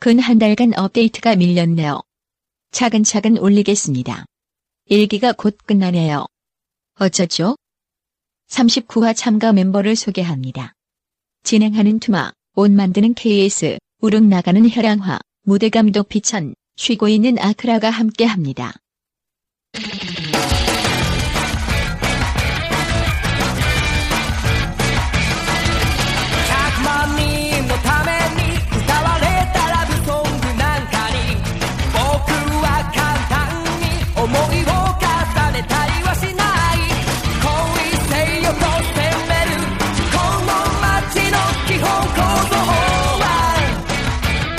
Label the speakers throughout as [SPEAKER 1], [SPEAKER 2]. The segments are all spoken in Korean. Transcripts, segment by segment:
[SPEAKER 1] 근 한 달간 업데이트가 밀렸네요. 차근차근 올리겠습니다. 일기가 곧 끝나네요. 어쩌죠? 39화 참가 멤버를 소개합니다. 진행하는 투마, 옷 만드는 KS, 우릉 나가는 혈양화, 무대 감독 비천, 쉬고 있는 아크라가 함께 합니다.
[SPEAKER 2] 「100万人のために歌われたラブソングなんかに」「僕は簡単に思いを重ねたりはしない」「恋せよと責めるこの街の基本構造は」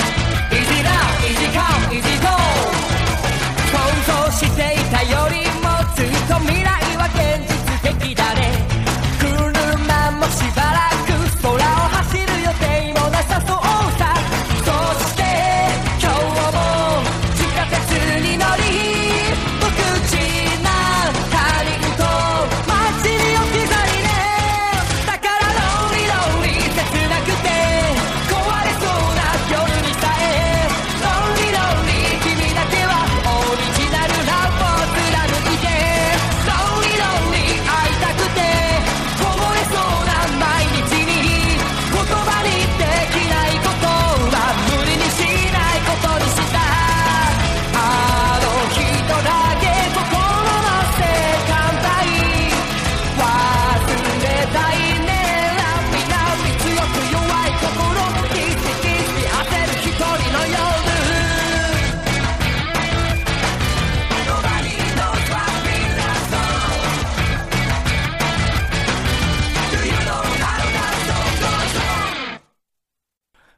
[SPEAKER 2] 「いじらいじかいじと」想像していたよりもずっと未来は現実的だね車もしばらく空を走る予定もなさそうさそして今日も地下鉄に乗り無口な他人と街に置き去りねだからローリローリ切なくて壊れそうな夜にさえローリローリ君だけはオリジナルな僕らの意見ローリローリ会いたくてこぼれそうな毎日に言葉にできないことは無理にしないことにしたあの人だけ心の世界忘れたいねみんな強く弱い心もキスキス焦る一人の夜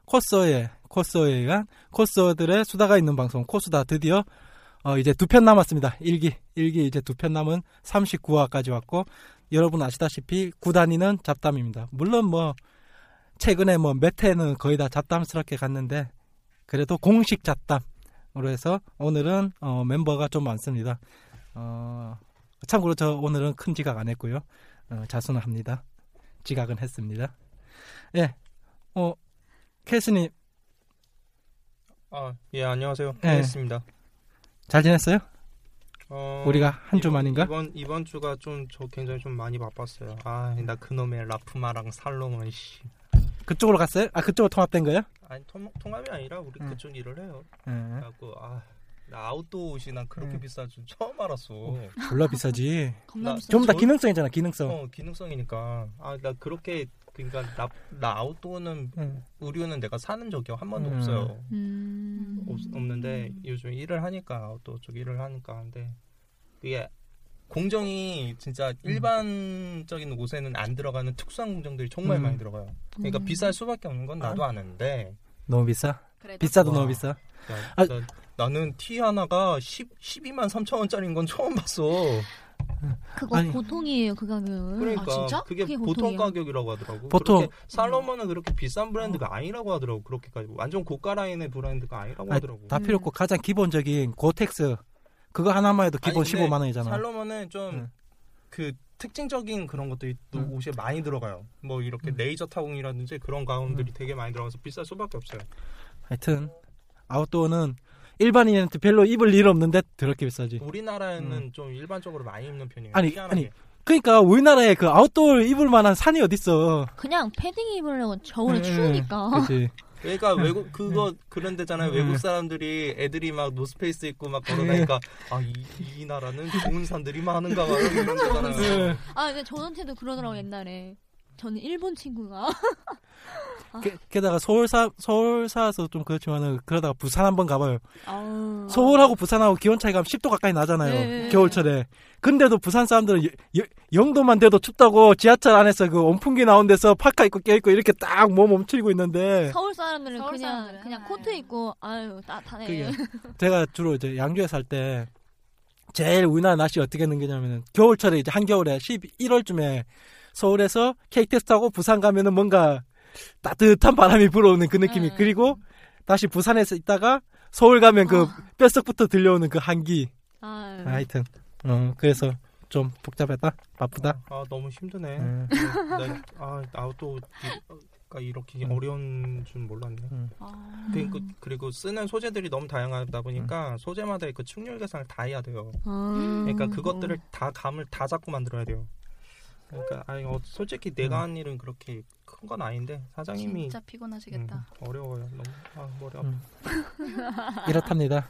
[SPEAKER 3] 코스어에 코스어에 의한 코스어들의 수다가 있는 방송 코스다 드디어 어, 이제 두 편 남았습니다. 일기일기 이제 두 편 남은 39화까지 왔고 여러분 아시다시피 구단위는 잡담입니다. 물론 뭐 최근에 뭐 몇 회는 거의 다 잡담스럽게 갔는데 그래도 공식 잡담으로 해서 오늘은 어, 멤버가 좀 많습니다. 어, 참고로 저 오늘은 큰 지각 안 했고요. 어, 자수는 합니다. 지각은 했습니다. 예. 어, 캐스님
[SPEAKER 4] 아, 예, 안녕하세요.
[SPEAKER 3] 예.
[SPEAKER 4] 반갑습니다.
[SPEAKER 3] 잘 지냈어요?
[SPEAKER 4] 어,
[SPEAKER 3] 우리가 한 주만인가?
[SPEAKER 4] 이번 이번 주가 좀 저 굉장히 좀 많이 바빴어요. 아, 나 그놈의 라프마랑 살로몬 씨.
[SPEAKER 3] 그쪽으로 갔어요? 아 그쪽으로 통합된 거예요?
[SPEAKER 4] 아니 통, 통합이 아니라 우리
[SPEAKER 3] 응.
[SPEAKER 4] 그쪽 일을 해요.
[SPEAKER 3] 예.
[SPEAKER 4] 그래갖고 아, 나 아웃도어 옷이 난 그렇게
[SPEAKER 3] 응.
[SPEAKER 4] 비싼 줄 처음 알았어.
[SPEAKER 3] 졸라 비싸지.
[SPEAKER 4] 나,
[SPEAKER 3] 좀 더
[SPEAKER 4] 저-
[SPEAKER 3] 기능성이잖아 기능성.
[SPEAKER 4] 어, 기능성이니까. 아, 나 그렇게 그러니까 나, 나 아웃도어는
[SPEAKER 3] 응.
[SPEAKER 4] 의류는 내가 사는 적이 한 번도
[SPEAKER 3] 음.
[SPEAKER 4] 없어요.
[SPEAKER 5] 음...
[SPEAKER 4] 없, 없는데 요즘 일을 하니까 아웃도어 쪽 일을 하니까 근데 그게 공정이 진짜 일반적인 옷에는 안 들어가는 특수한 공정들이 정말
[SPEAKER 3] 음.
[SPEAKER 4] 많이 들어가요. 그러니까 비쌀 수밖에 없는 건 나도 아는데
[SPEAKER 3] 너무 비싸? 비싸도
[SPEAKER 4] 와.
[SPEAKER 3] 너무 비싸.
[SPEAKER 4] 야,
[SPEAKER 3] 아.
[SPEAKER 4] 나, 나는 티 하나가 10, 12만 3천 원짜리인 건 처음 봤어.
[SPEAKER 6] 그거
[SPEAKER 4] 어,
[SPEAKER 3] 아니.
[SPEAKER 6] 보통이에요 그
[SPEAKER 2] 음.
[SPEAKER 6] 가격은
[SPEAKER 4] 그러니까
[SPEAKER 6] 아, 진짜?
[SPEAKER 4] 그게, 보통 가격이라고 하더라고.
[SPEAKER 3] 보통.
[SPEAKER 4] 그렇게 살로몬은 그렇게 비싼 브랜드가 아니라고 하더라고. 그렇게까지 완전 고가 라인의 브랜드가 아니라고
[SPEAKER 3] 아,
[SPEAKER 4] 하더라고.
[SPEAKER 3] 다 필요 없고 가장 기본적인 고텍스 그거 하나만 해도 기본
[SPEAKER 4] 아니, 근데
[SPEAKER 3] 15만 원이잖아. 네.
[SPEAKER 4] 살로몬은 좀 그
[SPEAKER 3] 응.
[SPEAKER 4] 특징적인 그런 것들이 또
[SPEAKER 3] 응.
[SPEAKER 4] 옷에 많이 들어가요. 뭐 이렇게
[SPEAKER 3] 응.
[SPEAKER 4] 레이저 타공이라든지 그런 가운들이
[SPEAKER 3] 음.
[SPEAKER 4] 되게 많이 들어가서 비쌀 수밖에 없어요.
[SPEAKER 3] 하여튼 아웃도어는 일반인한테 별로 입을 일 없는데 더럽게 비싸지.
[SPEAKER 4] 우리나라에는 좀 일반적으로 많이 입는 편이에요.
[SPEAKER 3] 음. 아니,
[SPEAKER 4] 희한하게.
[SPEAKER 3] 아니. 그러니까 우리나라에 그 아웃도어 입을 만한 산이 어딨어.
[SPEAKER 6] 그냥 패딩 입으려고 겨울에
[SPEAKER 3] 음,
[SPEAKER 6] 추우니까
[SPEAKER 3] 그렇지.
[SPEAKER 4] 그러니까
[SPEAKER 3] 네.
[SPEAKER 4] 외국 그거 그런 데잖아요.
[SPEAKER 3] 응.
[SPEAKER 4] 외국 사람들이 애들이 막 노스페이스 입고 막
[SPEAKER 3] 네.
[SPEAKER 4] 걸어다니까 아이 이 나라는 좋은 산들이 많은가 봐 이런 데잖아요.
[SPEAKER 3] 응. 음.
[SPEAKER 6] 아 근데 저한테도 그러더라고 옛날에 저는 일본 친구가 아.
[SPEAKER 3] 게, 게다가 서울사 서울사서 좀 그렇지만은 그러다가 부산 한번 가봐요.
[SPEAKER 6] 아우.
[SPEAKER 3] 서울하고 부산하고 기온 차이가 10도 가까이 나잖아요.
[SPEAKER 6] 네.
[SPEAKER 3] 겨울철에. 근데도 부산 사람들은 여- 여- 영도만 돼도 춥다고 지하철 안에서 그 온풍기 나온 데서 파카 입고 껴입고 이렇게 딱 몸 움츠리고 있는데
[SPEAKER 6] 서울 사람들은
[SPEAKER 2] 서울
[SPEAKER 6] 그냥
[SPEAKER 2] 사람들은,
[SPEAKER 6] 그냥
[SPEAKER 2] 아,
[SPEAKER 6] 코트
[SPEAKER 2] 예.
[SPEAKER 6] 입고 아유 따뜻하네.
[SPEAKER 3] 그게 제가 주로 이제 양주에 살 때 제일 우리나라 날씨 어떻게 느끼냐면은 겨울철에 이제 한겨울에 11월쯤에 서울에서 KTX 타고 부산 가면은 뭔가 따뜻한 바람이 불어오는 그 느낌이
[SPEAKER 6] 음.
[SPEAKER 3] 그리고 다시 부산에서 있다가 서울 가면 그
[SPEAKER 6] 아. 네.
[SPEAKER 3] 뼛속부터 들려오는 그 한기
[SPEAKER 6] 아유.
[SPEAKER 3] 하여튼 어 그래서 좀 복잡했다 바쁘다
[SPEAKER 4] 아 너무 힘드네.
[SPEAKER 3] 음.
[SPEAKER 4] 아나또 그러니까 이렇게
[SPEAKER 3] 음.
[SPEAKER 4] 어려운 줄 몰랐네.
[SPEAKER 6] 아.
[SPEAKER 4] 그리고, 그리고 쓰는 소재들이 너무 다양하다
[SPEAKER 3] 음.
[SPEAKER 4] 보니까 소재마다 그 충률 계산을 다 해야 돼요.
[SPEAKER 6] 음.
[SPEAKER 4] 그러니까 그것들을 다 감을 다 잡고 만들어야 돼요. 그러니까 아니 어, 솔직히
[SPEAKER 3] 음.
[SPEAKER 4] 내가 한 일은 그렇게 큰 건 아닌데 사장님이
[SPEAKER 2] 진짜 피곤하시겠다.
[SPEAKER 4] 음, 어려워요. 너무 아, 머리 아파.
[SPEAKER 3] 음. 이렇답니다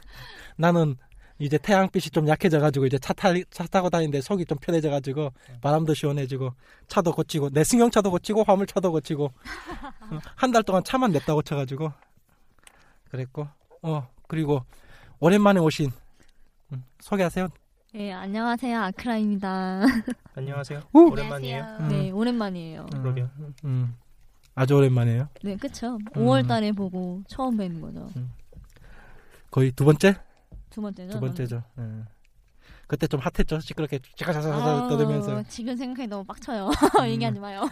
[SPEAKER 3] 나는 이제 태양빛이 좀 약해져가지고 이제 차, 타, 차 타고 다니는데 속이 좀 편해져가지고 바람도 시원해지고 차도 고치고 내 승용차도 고치고 화물차도 고치고 한 달 동안 차만 냅다 고쳐가지고 그랬고 어 그리고 오랜만에 오신 음, 소개하세요
[SPEAKER 6] 예 안녕하세요 아크라입니다.
[SPEAKER 4] 안녕하세요.
[SPEAKER 3] 우!
[SPEAKER 4] 오랜만이에요.
[SPEAKER 2] 안녕하세요.
[SPEAKER 3] 음.
[SPEAKER 6] 네 오랜만이에요.
[SPEAKER 3] 음,
[SPEAKER 4] 그러게요.
[SPEAKER 3] 음, 아주 오랜만이에요
[SPEAKER 6] 네 그쵸.
[SPEAKER 3] 음.
[SPEAKER 6] 5월달에 보고 처음 뵌 거죠.
[SPEAKER 3] 거의 두 번째
[SPEAKER 6] 두 번째죠.
[SPEAKER 3] 두 번째죠 음. 그때 좀 핫했죠 시끄럽게
[SPEAKER 6] 아우,
[SPEAKER 3] 짜자자자 떠들면서
[SPEAKER 6] 지금 생각해 너무 빡쳐요.
[SPEAKER 3] 음.
[SPEAKER 6] 얘기하지 마요.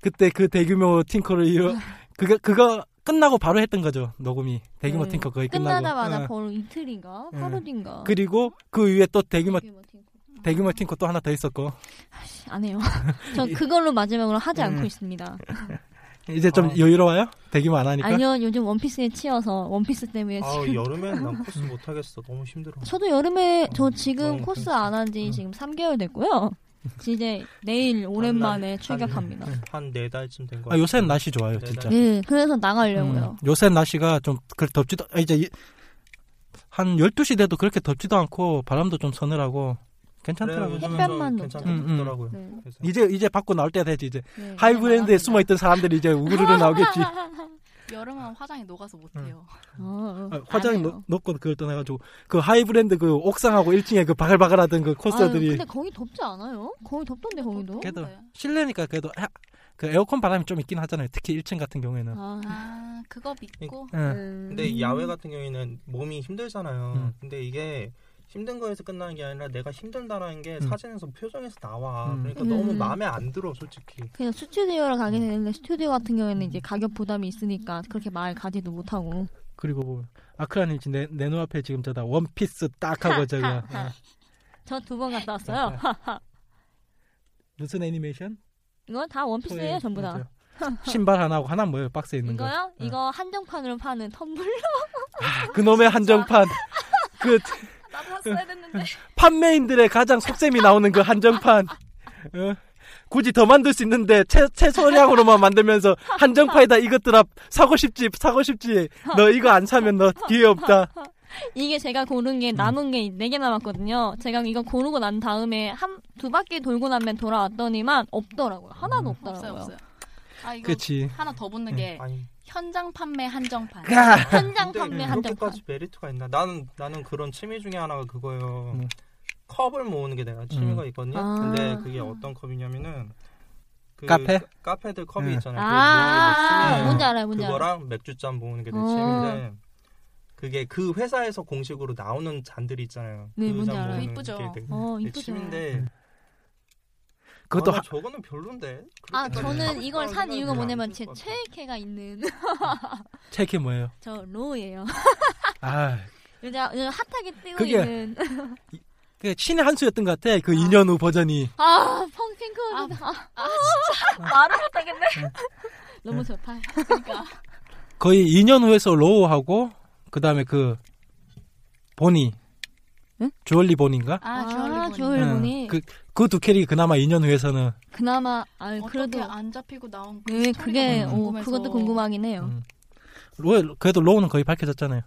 [SPEAKER 3] 그때 그 대규모 팅커를 이어
[SPEAKER 6] 아.
[SPEAKER 3] 그거 그거 끝나고 바로 했던 거죠 녹음이 대규모
[SPEAKER 6] 네.
[SPEAKER 3] 팅커 거의 끝나고
[SPEAKER 6] 끝나자마자
[SPEAKER 3] 어.
[SPEAKER 6] 바로 이틀인가
[SPEAKER 3] 음.
[SPEAKER 6] 하루 뒤인가.
[SPEAKER 3] 그리고 그 위에 또 대규모
[SPEAKER 6] 되게 멋진 거.
[SPEAKER 3] 대규모 팅커 또 하나 더 있었고
[SPEAKER 6] 아씨, 안 해요. 전 그걸로 마지막으로 하지 않고
[SPEAKER 3] 음.
[SPEAKER 6] 있습니다.
[SPEAKER 3] 이제 좀
[SPEAKER 4] 아.
[SPEAKER 3] 여유로워요 대규모 안 하니까
[SPEAKER 6] 어. 아니요 요즘 원피스에 치여서 원피스 때문에
[SPEAKER 4] 아
[SPEAKER 3] 네,
[SPEAKER 6] 지금
[SPEAKER 4] 여름엔 난 코스
[SPEAKER 3] 음.
[SPEAKER 4] 못 하겠어. 너무 힘들어.
[SPEAKER 6] 저도 여름에 저
[SPEAKER 4] 어,
[SPEAKER 6] 지금
[SPEAKER 4] 너무
[SPEAKER 6] 코스
[SPEAKER 4] 그렇지.
[SPEAKER 6] 안 한 지
[SPEAKER 3] 음.
[SPEAKER 6] 지금 3개월 됐고요. 이제 내일 오랜만에
[SPEAKER 4] 한 달,
[SPEAKER 6] 출격합니다.
[SPEAKER 4] 한 네 달쯤 된 거.
[SPEAKER 3] 아, 요새는 날씨 좋아요
[SPEAKER 4] 네,
[SPEAKER 3] 진짜
[SPEAKER 6] 네, 그래서
[SPEAKER 3] 음,
[SPEAKER 6] 나가려고요.
[SPEAKER 3] 요새 날씨가 좀 그 덥지도 아, 이제 이- 한 12시 돼도 그렇게 덥지도 않고 바람도 좀 서늘하고 괜찮더라고요
[SPEAKER 6] 햇볕만
[SPEAKER 4] 괜찮고
[SPEAKER 3] 음, 음.
[SPEAKER 4] 높더라고요.
[SPEAKER 6] 네,
[SPEAKER 4] 그래서
[SPEAKER 3] 이제 이제 밖으로 나올 때가 되지 이제
[SPEAKER 6] 네,
[SPEAKER 3] 하이브랜드에
[SPEAKER 6] 나갑니다.
[SPEAKER 3] 숨어있던 사람들이 이제 우그르르 나오겠지
[SPEAKER 2] 여름은 화장이 녹아서 못해요.
[SPEAKER 6] 어,
[SPEAKER 3] 아, 화장
[SPEAKER 6] 안 해요.
[SPEAKER 3] 넣- 넣고 그걸 떠나가지고 그 하이브랜드 그 옥상하고 1층에 그 바글바글하던 그
[SPEAKER 6] 아유,
[SPEAKER 3] 코스들이
[SPEAKER 6] 근데 거기 덥지 않아요? 거기 덥던데 거기도.
[SPEAKER 3] 걔도 실내니까 그래도 하- 그 에어컨 바람이 좀 있긴 하잖아요. 특히 1층 같은 경우에는. 예.
[SPEAKER 6] 아,
[SPEAKER 2] 아 그거 믿고
[SPEAKER 3] 응.
[SPEAKER 6] 음.
[SPEAKER 4] 근데 야외 같은 경우에는 몸이 힘들잖아요.
[SPEAKER 3] 음.
[SPEAKER 4] 근데 이게 힘든 거에서 끝나는 게 아니라 내가 힘들다라는 게
[SPEAKER 3] 음.
[SPEAKER 4] 사진에서 표정에서 나와.
[SPEAKER 3] 음.
[SPEAKER 4] 그러니까
[SPEAKER 6] 음.
[SPEAKER 4] 너무 마음에 안 들어 솔직히.
[SPEAKER 6] 그냥 스튜디오를 가게 되는데 스튜디오 같은 경우에는 이제 가격 부담이 있으니까 그렇게 말 가지도 못하고
[SPEAKER 3] 그리고 보면 아크라님 지금 내, 내 눈앞에 지금 저다 원피스 딱 하고 저거 어.
[SPEAKER 6] 저 두 번 갔다 왔어요.
[SPEAKER 3] 무슨 애니메이션?
[SPEAKER 6] 이건 다 원피스예요
[SPEAKER 3] 토이.
[SPEAKER 6] 전부 다.
[SPEAKER 3] 맞아요. 신발 하나하고 하나 뭐예요? 박스에 있는 거.
[SPEAKER 4] 네.
[SPEAKER 6] 이거요? 이거 한정판으로 파는 텀블러.
[SPEAKER 3] 아, 그놈의 한정판. 그
[SPEAKER 2] 따로 써야 됐는데
[SPEAKER 3] 판매인들의 가장 속셈이 나오는 그 한정판. 어? 굳이 더 만들 수 있는데 최, 최소량으로만 만들면서 한정판이다 이것들아 사고 싶지 사고 싶지 너 이거 안 사면 너 기회 없다
[SPEAKER 6] 이게 제가 고른
[SPEAKER 4] 음.
[SPEAKER 6] 게 남은 게 네 개 남았거든요. 제가 이거 고르고 난 다음에 한 두 바퀴 돌고 나면 돌아왔더니만 없더라고요.
[SPEAKER 4] 음.
[SPEAKER 6] 하나도
[SPEAKER 2] 없어요
[SPEAKER 6] 없더라고요.
[SPEAKER 2] 없어요. 아 이거
[SPEAKER 3] 그치
[SPEAKER 2] 하나 더 붙는 게
[SPEAKER 4] 아니.
[SPEAKER 2] 현장 판매 한정판.
[SPEAKER 6] 현장
[SPEAKER 4] 근데
[SPEAKER 6] 판매 네. 한정판.
[SPEAKER 4] 이렇게까지 메리트가 있나? 나는 나는 그런 취미 중에 하나가 그거예요.
[SPEAKER 3] 음.
[SPEAKER 4] 컵을 모으는 게 내가 취미가 있거든요.
[SPEAKER 6] 아.
[SPEAKER 4] 근데 그게 어떤 컵이냐면은 그
[SPEAKER 3] 카페?
[SPEAKER 4] 카- 카페들 컵이
[SPEAKER 3] 네.
[SPEAKER 4] 있잖아요. 그거 모으는
[SPEAKER 6] 아,
[SPEAKER 4] 게 취미예요.
[SPEAKER 6] 뭔지 알아요, 뭔지 알아요.
[SPEAKER 4] 뭐 그거랑 맥주잔 모으는 게 내
[SPEAKER 6] 어.
[SPEAKER 4] 취미인데 그게 그 회사에서 공식으로 나오는 잔들이 있잖아요.
[SPEAKER 6] 네, 뭔지
[SPEAKER 4] 그잔
[SPEAKER 6] 알아요.
[SPEAKER 4] 모으는
[SPEAKER 2] 이쁘죠?
[SPEAKER 4] 게 내-
[SPEAKER 6] 어,
[SPEAKER 4] 내
[SPEAKER 6] 이쁘죠.
[SPEAKER 4] 취미인데
[SPEAKER 3] 그것도
[SPEAKER 4] 아, 나
[SPEAKER 3] 하-
[SPEAKER 4] 저거는 별론데.
[SPEAKER 6] 아,
[SPEAKER 4] 그렇게까지
[SPEAKER 6] 저는
[SPEAKER 4] 하고
[SPEAKER 6] 이걸 산
[SPEAKER 4] 싶다는
[SPEAKER 6] 이유가
[SPEAKER 4] 생각이
[SPEAKER 6] 뭐냐면
[SPEAKER 4] 안
[SPEAKER 6] 제
[SPEAKER 4] 들것 같아.
[SPEAKER 6] 최애캐가 있는
[SPEAKER 3] 체크 뭐예요?
[SPEAKER 6] 저 로예요.
[SPEAKER 3] 아,
[SPEAKER 6] 요즘 요즘 핫하게 뜨고
[SPEAKER 3] 그게-
[SPEAKER 6] 있는
[SPEAKER 3] 그 신의 한 수였던 것 같아 그 2년 후 버전이
[SPEAKER 6] 아, 펑핑크 아, 아, 진짜 말을 못하겠네. 너무 좋다.
[SPEAKER 3] 거의 2년 후에서 로우하고 그 다음에 그 보니
[SPEAKER 6] 응?
[SPEAKER 3] 주얼리 보니인가?
[SPEAKER 2] 아
[SPEAKER 6] 아,
[SPEAKER 2] 주얼리
[SPEAKER 6] 주얼리
[SPEAKER 2] 주얼리.
[SPEAKER 3] 네.
[SPEAKER 6] 보니.
[SPEAKER 3] 그그 두 캐릭이 그나마 2년 후에서는
[SPEAKER 6] 그나마 아
[SPEAKER 2] 어떻게
[SPEAKER 6] 그래도
[SPEAKER 2] 안 잡히고 나온 그
[SPEAKER 6] 네 그게
[SPEAKER 3] 음.
[SPEAKER 6] 어, 그것도 궁금하긴 해요.
[SPEAKER 3] 음. 로 그래도 로우는 거의 밝혀졌잖아요.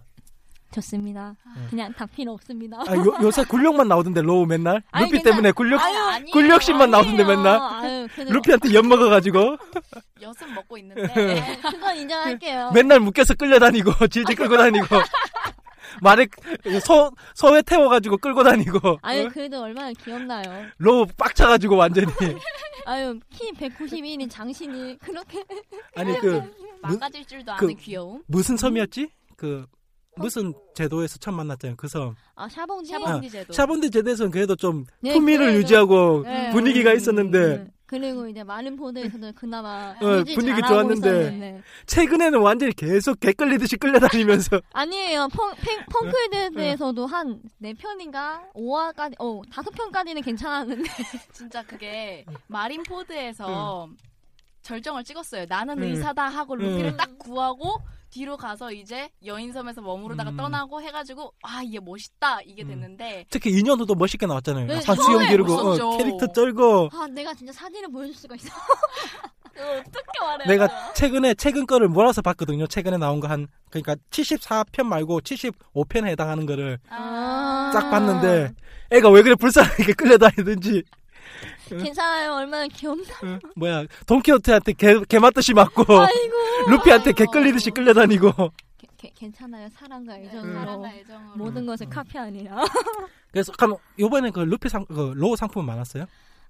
[SPEAKER 6] 좋습니다.
[SPEAKER 3] 네.
[SPEAKER 6] 그냥 다 필요 없습니다.
[SPEAKER 3] 아, 요, 요새 굴욕만 나오던데 로우 맨날
[SPEAKER 6] 아니,
[SPEAKER 3] 루피
[SPEAKER 6] 괜찮-
[SPEAKER 3] 때문에 굴욕
[SPEAKER 6] 아유,
[SPEAKER 2] 아니에요.
[SPEAKER 3] 굴욕심만 나오던데
[SPEAKER 6] 아니에요. 어,
[SPEAKER 3] 맨날
[SPEAKER 6] 아유, 그래도-
[SPEAKER 3] 루피한테 엿 먹어가지고
[SPEAKER 2] 그 엿은 먹고 있는데
[SPEAKER 3] 네.
[SPEAKER 6] 아유, 그건 인정할게요.
[SPEAKER 3] 맨날 묶여서 끌려다니고 질질 끌고 다니고 말에 소 소에 태워가지고 끌고 다니고
[SPEAKER 6] 아유 그래도 얼마나 귀엽나요.
[SPEAKER 3] 로우 빡쳐가지고 완전히
[SPEAKER 6] 아유 키 191인 장신이 그렇게
[SPEAKER 3] 아니 그
[SPEAKER 2] 망가질 줄도
[SPEAKER 3] 그-
[SPEAKER 2] 아는 귀여움.
[SPEAKER 3] 무슨 섬이었지 그 무슨 제도에서 처음 만났잖아요 그 섬.
[SPEAKER 6] 아 샤봉지
[SPEAKER 2] 샤방디 제도.
[SPEAKER 3] 샤본드 제도에서는 그래도 좀
[SPEAKER 6] 네,
[SPEAKER 3] 품위를
[SPEAKER 6] 그래도-
[SPEAKER 3] 유지하고
[SPEAKER 6] 네.
[SPEAKER 3] 분위기가 있었는데
[SPEAKER 6] 네. 그리고 이제 마른 포드에서는 그나마
[SPEAKER 3] 어,
[SPEAKER 6] 유지
[SPEAKER 3] 분위기
[SPEAKER 6] 잘하고
[SPEAKER 3] 좋았는데.
[SPEAKER 6] 있었는데. 네.
[SPEAKER 3] 최근에는 완전히 계속 개 끌리듯이 끌려다니면서
[SPEAKER 6] 아니에요 펑, 펑, 펑크헤드에서도 한 네편인가 5화까지 어 다섯 편까지는 괜찮았는데
[SPEAKER 2] 진짜 그게 마린포드에서 절정을 찍었어요. 나는
[SPEAKER 3] 음.
[SPEAKER 2] 의사다 하고
[SPEAKER 3] 음.
[SPEAKER 2] 루피를 딱 구하고 뒤로 가서 이제 여인섬에서 머무르다가
[SPEAKER 3] 음.
[SPEAKER 2] 떠나고 해가지고 아 얘 멋있다 이게
[SPEAKER 3] 음.
[SPEAKER 2] 됐는데
[SPEAKER 3] 특히 2년 후도 멋있게 나왔잖아요.
[SPEAKER 6] 네,
[SPEAKER 3] 약간
[SPEAKER 2] 처음에
[SPEAKER 3] 수염 기르고
[SPEAKER 2] 멋있었죠.
[SPEAKER 3] 어, 캐릭터 쩔고
[SPEAKER 6] 아 내가 진짜 사진을 보여줄 수가 있어
[SPEAKER 2] 어떻게 말해?
[SPEAKER 3] 내가 최근에 최근 거를 몰아서 봤거든요. 최근에 나온 거 한 그러니까 74편 말고 75편에 해당하는 거를
[SPEAKER 2] 아,
[SPEAKER 3] 쫙 봤는데 애가 왜 그래 불쌍하게 끌려다니든지
[SPEAKER 6] 괜찮아요 얼마나 귀엽나
[SPEAKER 3] 어, 뭐야 돈키호테한테 개, 개 맞듯이 맞고
[SPEAKER 6] 아이고
[SPEAKER 3] 루피한테 개 끌리듯이 끌려다니고
[SPEAKER 6] 개- 개- 괜찮아요 사랑과
[SPEAKER 2] 네,
[SPEAKER 3] 음.
[SPEAKER 6] 애정으로
[SPEAKER 2] 사랑과 애정으로
[SPEAKER 6] 모든 것을 카피 아니라
[SPEAKER 3] 그래서 그럼 요번에 그 루피 상그 로우 상품은 많았어요?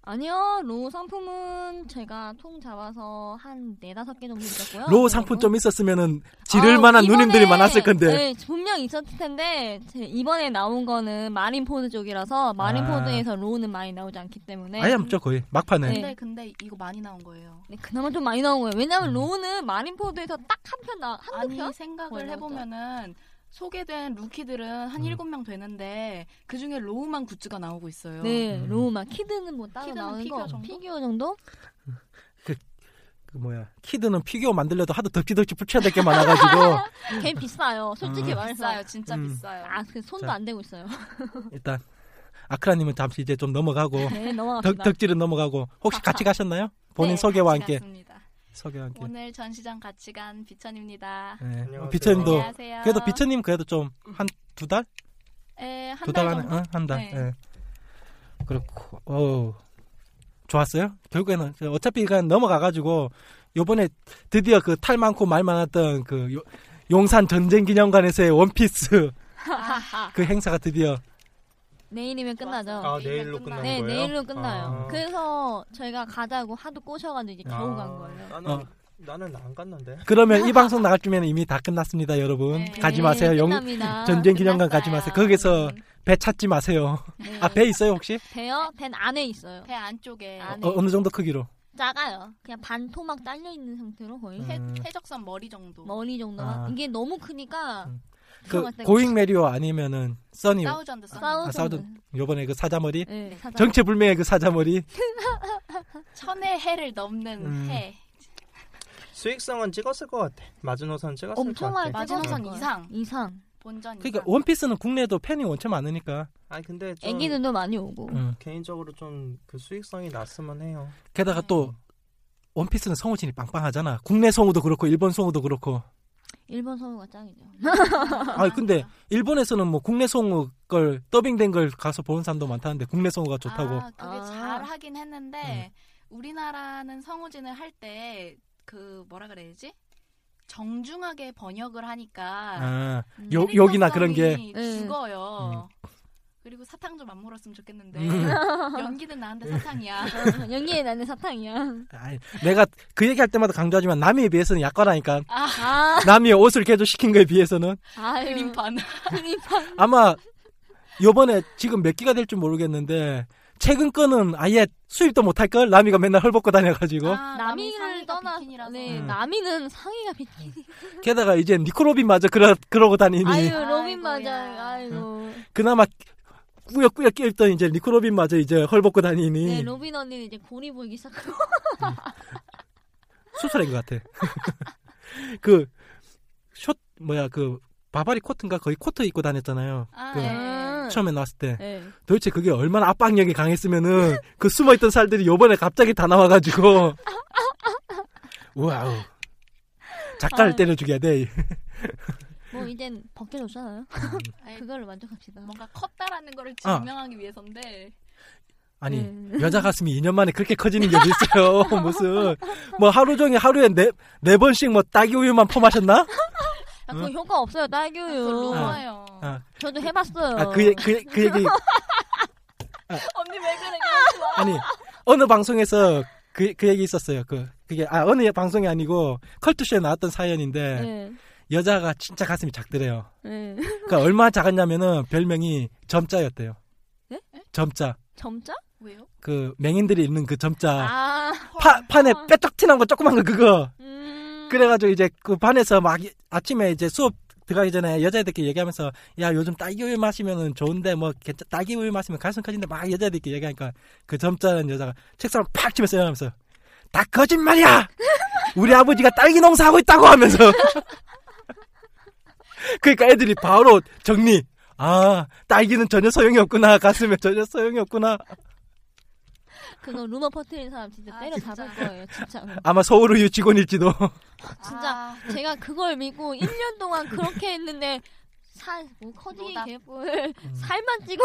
[SPEAKER 6] 아니요 로우 상품은 제가 통 잡아서 한 네다섯 개 정도 있었고요
[SPEAKER 3] 로우 상품 좀 있었으면은 지를 만한
[SPEAKER 6] 아우,
[SPEAKER 3] 누님들이
[SPEAKER 6] 아, 이번에-
[SPEAKER 3] 많았을 건데
[SPEAKER 6] 네, 분명 있었을 텐데 제 이번에 나온 거는 마린포드 쪽이라서 마린포드에서 로우는 많이 나오지 않기 때문에
[SPEAKER 3] 아. 아예 안죠 거의 막판에
[SPEAKER 6] 네.
[SPEAKER 2] 근데 근데 이거 많이 나온 거예요.
[SPEAKER 6] 네, 그나마 좀 많이 나온 거예요 왜냐면
[SPEAKER 3] 음.
[SPEAKER 6] 로우는 마린포드에서 딱 한 편 나 한두
[SPEAKER 2] 아니
[SPEAKER 6] 편? 거의
[SPEAKER 2] 생각을
[SPEAKER 6] 나오죠.
[SPEAKER 2] 해보면은 소개된 루키들은 한
[SPEAKER 3] 음.
[SPEAKER 2] 일곱 명 되는데 그 중에 로우만 굿즈가 나오고 있어요.
[SPEAKER 6] 네
[SPEAKER 3] 음.
[SPEAKER 6] 로우만 키드는 뭐 따로
[SPEAKER 2] 키드는
[SPEAKER 6] 나오는
[SPEAKER 2] 피규어
[SPEAKER 6] 거
[SPEAKER 2] 정도?
[SPEAKER 6] 피규어 정도?
[SPEAKER 3] 그 뭐야 키드는 피규어 만들려도 하도 덕지덕지 붙여야 될 게 많아가지고
[SPEAKER 6] 걔 비싸요 솔직히
[SPEAKER 3] 음.
[SPEAKER 6] 말해서
[SPEAKER 2] 비싸요, 진짜
[SPEAKER 3] 음.
[SPEAKER 2] 비싸요.
[SPEAKER 6] 아, 그 손도
[SPEAKER 3] 자.
[SPEAKER 6] 안 대고 있어요
[SPEAKER 3] 일단 아크라님은 잠시 이제 좀 넘어가고
[SPEAKER 6] 네 넘어갑니다
[SPEAKER 3] 덕, 덕질은 넘어가고 혹시 같이 가셨나요? 본인
[SPEAKER 2] 아, 네,
[SPEAKER 3] 소개와
[SPEAKER 2] 같이
[SPEAKER 3] 함께 예.
[SPEAKER 2] 갔습니다.
[SPEAKER 3] 소개와 함께
[SPEAKER 2] 오늘 전시장 같이 간 비천입니다.
[SPEAKER 3] 네.
[SPEAKER 4] 안녕하세요.
[SPEAKER 3] 비천님도
[SPEAKER 2] 안녕하세요.
[SPEAKER 3] 그래도 비천님 그래도 좀 한 두 달?
[SPEAKER 2] 에, 예, 한
[SPEAKER 3] 두 달
[SPEAKER 2] 달
[SPEAKER 3] 안에
[SPEAKER 2] 정도.
[SPEAKER 3] 어, 한 달.
[SPEAKER 2] 네.
[SPEAKER 3] 예. 그렇고 어 좋았어요. 결국에는 어차피 그냥 넘어가가지고 요번에 드디어 그 탈 많고 말 많았던 그 요- 용산 전쟁 기념관에서의 원피스 그 행사가 드디어
[SPEAKER 6] 내일이면 끝나죠
[SPEAKER 4] 아 내일로 끝나는
[SPEAKER 6] 네,
[SPEAKER 4] 거예요?
[SPEAKER 6] 내일로 끝나요.
[SPEAKER 4] 아.
[SPEAKER 6] 그래서 저희가 가자고 하도 꼬셔가지고 이제 겨우
[SPEAKER 4] 아,
[SPEAKER 6] 간 거예요.
[SPEAKER 4] 나는
[SPEAKER 3] 어.
[SPEAKER 4] 나는 안 갔는데.
[SPEAKER 3] 그러면 이 방송 나갈 쯤에는 이미 다 끝났습니다, 여러분.
[SPEAKER 2] 네.
[SPEAKER 3] 가지 마세요. 용
[SPEAKER 6] 끝납니다.
[SPEAKER 3] 전쟁 기념관 가지
[SPEAKER 6] 끝났어요.
[SPEAKER 3] 마세요. 거기서
[SPEAKER 6] 음,
[SPEAKER 3] 배 찾지 마세요.
[SPEAKER 6] 네.
[SPEAKER 3] 아 배 있어요 혹시?
[SPEAKER 6] 배요? 밴 안에 있어요.
[SPEAKER 2] 배 안쪽에
[SPEAKER 6] 아, 네.
[SPEAKER 3] 어, 어느 정도 크기로?
[SPEAKER 6] 작아요. 그냥 반 토막 딸려 있는 상태로 거의
[SPEAKER 3] 음.
[SPEAKER 2] 해, 해적선 머리 정도.
[SPEAKER 6] 머리 정도만.
[SPEAKER 3] 아.
[SPEAKER 6] 이게 너무 크니까
[SPEAKER 3] 음. 그
[SPEAKER 6] 들어갈 때가
[SPEAKER 3] 고잉 메리오 아니면은 써니
[SPEAKER 2] 사우전드
[SPEAKER 6] 싸우
[SPEAKER 3] 아,
[SPEAKER 6] 싸우.
[SPEAKER 3] 싸우던- 요번에 그 사자머리
[SPEAKER 6] 그
[SPEAKER 2] 음.
[SPEAKER 6] 네, 사자.
[SPEAKER 3] 정체불명의 그 사자머리
[SPEAKER 2] 천의 해를 넘는
[SPEAKER 3] 음.
[SPEAKER 2] 해.
[SPEAKER 4] 수익성은 찍었을 것 같아. 마지노선 찍었을
[SPEAKER 6] 엄청
[SPEAKER 4] 것 같아.
[SPEAKER 6] 많이
[SPEAKER 2] 마지노선
[SPEAKER 6] 찍었을
[SPEAKER 2] 이상.
[SPEAKER 6] 거예요. 이상.
[SPEAKER 2] 본전.
[SPEAKER 3] 그러니까
[SPEAKER 2] 이상.
[SPEAKER 3] 원피스는 국내에도 팬이 원체 많으니까
[SPEAKER 4] 아니 근데 좀
[SPEAKER 6] 애기들도 많이 오고.
[SPEAKER 3] 음.
[SPEAKER 4] 개인적으로 좀 그 수익성이 났으면 해요.
[SPEAKER 3] 게다가 또 원피스는 성우진이 빵빵하잖아 국내 성우도 그렇고 일본 성우도 그렇고
[SPEAKER 6] 일본 성우가 짱이죠.
[SPEAKER 3] 아 근데 일본에서는 뭐 국내 성우 걸 더빙된 걸 가서 보는 사람도 많다는데 국내 성우가 좋다고
[SPEAKER 2] 아, 그게
[SPEAKER 6] 아. 음.
[SPEAKER 2] 잘 하긴 했는데 우리나라는 성우진을 할 때 그 뭐라 그래야지? 정중하게 번역을 하니까
[SPEAKER 3] 아,
[SPEAKER 6] 음.
[SPEAKER 3] 요- 욕이나 그런 게.
[SPEAKER 2] 캐릭터성이 네. 죽어요. 그리고 사탕 좀 안 물었으면 좋겠는데
[SPEAKER 3] 음.
[SPEAKER 2] 연기는 나한테 사탕이야.
[SPEAKER 6] 연기에 나는 사탕이야.
[SPEAKER 3] 아이, 내가 그 얘기할 때마다 강조하지만 남에 비해서는 약과라니까
[SPEAKER 6] 아,
[SPEAKER 3] 남이 옷을 개조시킨 거에 비해서는
[SPEAKER 6] 아유.
[SPEAKER 2] 그림판.
[SPEAKER 6] 그림판.
[SPEAKER 3] 아마 요번에 지금 몇 기가 될지 모르겠는데 최근 거는 아예 수입도 못할 걸 남이가 맨날 헐벗고 다녀가지고
[SPEAKER 2] 아,
[SPEAKER 6] 남이를 떠나
[SPEAKER 2] 비키니라서.
[SPEAKER 6] 네
[SPEAKER 3] 음.
[SPEAKER 6] 남이는 상의가 비키니
[SPEAKER 3] 게다가 이제 니코로빈마저 그러, 그러고 다니니
[SPEAKER 6] 아유 로빈
[SPEAKER 2] 아이고야.
[SPEAKER 6] 맞아 아이고
[SPEAKER 3] 그나마 꾸역꾸역 끼어있던 이제 니코로빈마저 이제 헐벗고 다니니
[SPEAKER 6] 네 로빈 언니는 이제 골이 보이기 시작하고
[SPEAKER 3] 수술인 것 같아. 그, 숏, 뭐야, 그, 바바리 코트인가? 거의 코트 입고 다녔잖아요.
[SPEAKER 2] 아,
[SPEAKER 3] 그
[SPEAKER 2] 네.
[SPEAKER 3] 처음에 나왔을 때.
[SPEAKER 6] 네.
[SPEAKER 3] 도대체 그게 얼마나 압박력이 강했으면은, 그 숨어있던 살들이 요번에 갑자기 다 나와가지고. 우와우. 작가를
[SPEAKER 6] 아유.
[SPEAKER 3] 때려 죽여야 돼.
[SPEAKER 6] 뭐 이젠 벗겨졌잖아요.
[SPEAKER 3] 음.
[SPEAKER 2] 아니,
[SPEAKER 6] 그걸로 만족합시다.
[SPEAKER 2] 뭔가 컸다라는 거를
[SPEAKER 3] 아.
[SPEAKER 2] 증명하기 위해서인데 네.
[SPEAKER 3] 아니
[SPEAKER 6] 음.
[SPEAKER 3] 여자 가슴이 2년 만에 그렇게 커지는 게 어딨어요 무슨 뭐 하루 종일 하루에 네 네 번씩 뭐 딸기 우유만 퍼마셨나?
[SPEAKER 6] 아, 그거 효과 없어요,
[SPEAKER 2] 그거
[SPEAKER 6] 딸기우유.
[SPEAKER 2] 로마예요.
[SPEAKER 3] 아.
[SPEAKER 6] 저도 해봤어요.
[SPEAKER 3] 아그그 그, 그 얘기
[SPEAKER 2] 언니 왜 그래?
[SPEAKER 3] 아니 어느 방송에서 그, 그 얘기 있었어요. 그 그게 아 어느 방송이 아니고 컬투쇼에 나왔던
[SPEAKER 2] 네.
[SPEAKER 3] 사연인데
[SPEAKER 6] 예.
[SPEAKER 3] 여자가 진짜 가슴이 작더래요.
[SPEAKER 6] 예.
[SPEAKER 3] 그러니까 얼마 작았냐면은 별명이 점자였대요.
[SPEAKER 6] 예?
[SPEAKER 3] 점자
[SPEAKER 6] 점자?
[SPEAKER 2] 왜요?
[SPEAKER 3] 그 맹인들이 입는 그 점자
[SPEAKER 6] 아,
[SPEAKER 3] 파, 판에 뾰족 튀는 거 조그만 거 그거
[SPEAKER 6] 음.
[SPEAKER 3] 그래가지고 이제 그 반에서 막 이- 아침에 이제 수업 들어가기 전에 여자애들끼리 얘기하면서 야 요즘 딸기우유 마시면은 좋은데 뭐 괜찮 딸기우유 마시면 가슴 커진데 막 여자애들끼리 얘기하니까 그 점잖은 여자가 책상을 팍 치면서 일어나면서 다 거짓말이야 우리 아버지가 딸기 농사하고 있다고 하면서 그러니까 애들이 바로 정리 아 딸기는 전혀 소용이 없구나 가슴에 전혀 소용이 없구나
[SPEAKER 6] 그거 루머 퍼트린 사람 진짜
[SPEAKER 2] 아,
[SPEAKER 6] 때려잡을
[SPEAKER 2] 진짜.
[SPEAKER 6] 거예요, 진짜.
[SPEAKER 3] 아마 서울우유 직원일지도
[SPEAKER 2] 아,
[SPEAKER 6] 진짜 제가 그걸 믿고 1년 동안 그렇게 했는데 살, 뭐 커지기
[SPEAKER 2] 노답.
[SPEAKER 6] 개뿔
[SPEAKER 3] 음.
[SPEAKER 6] 살만 찌고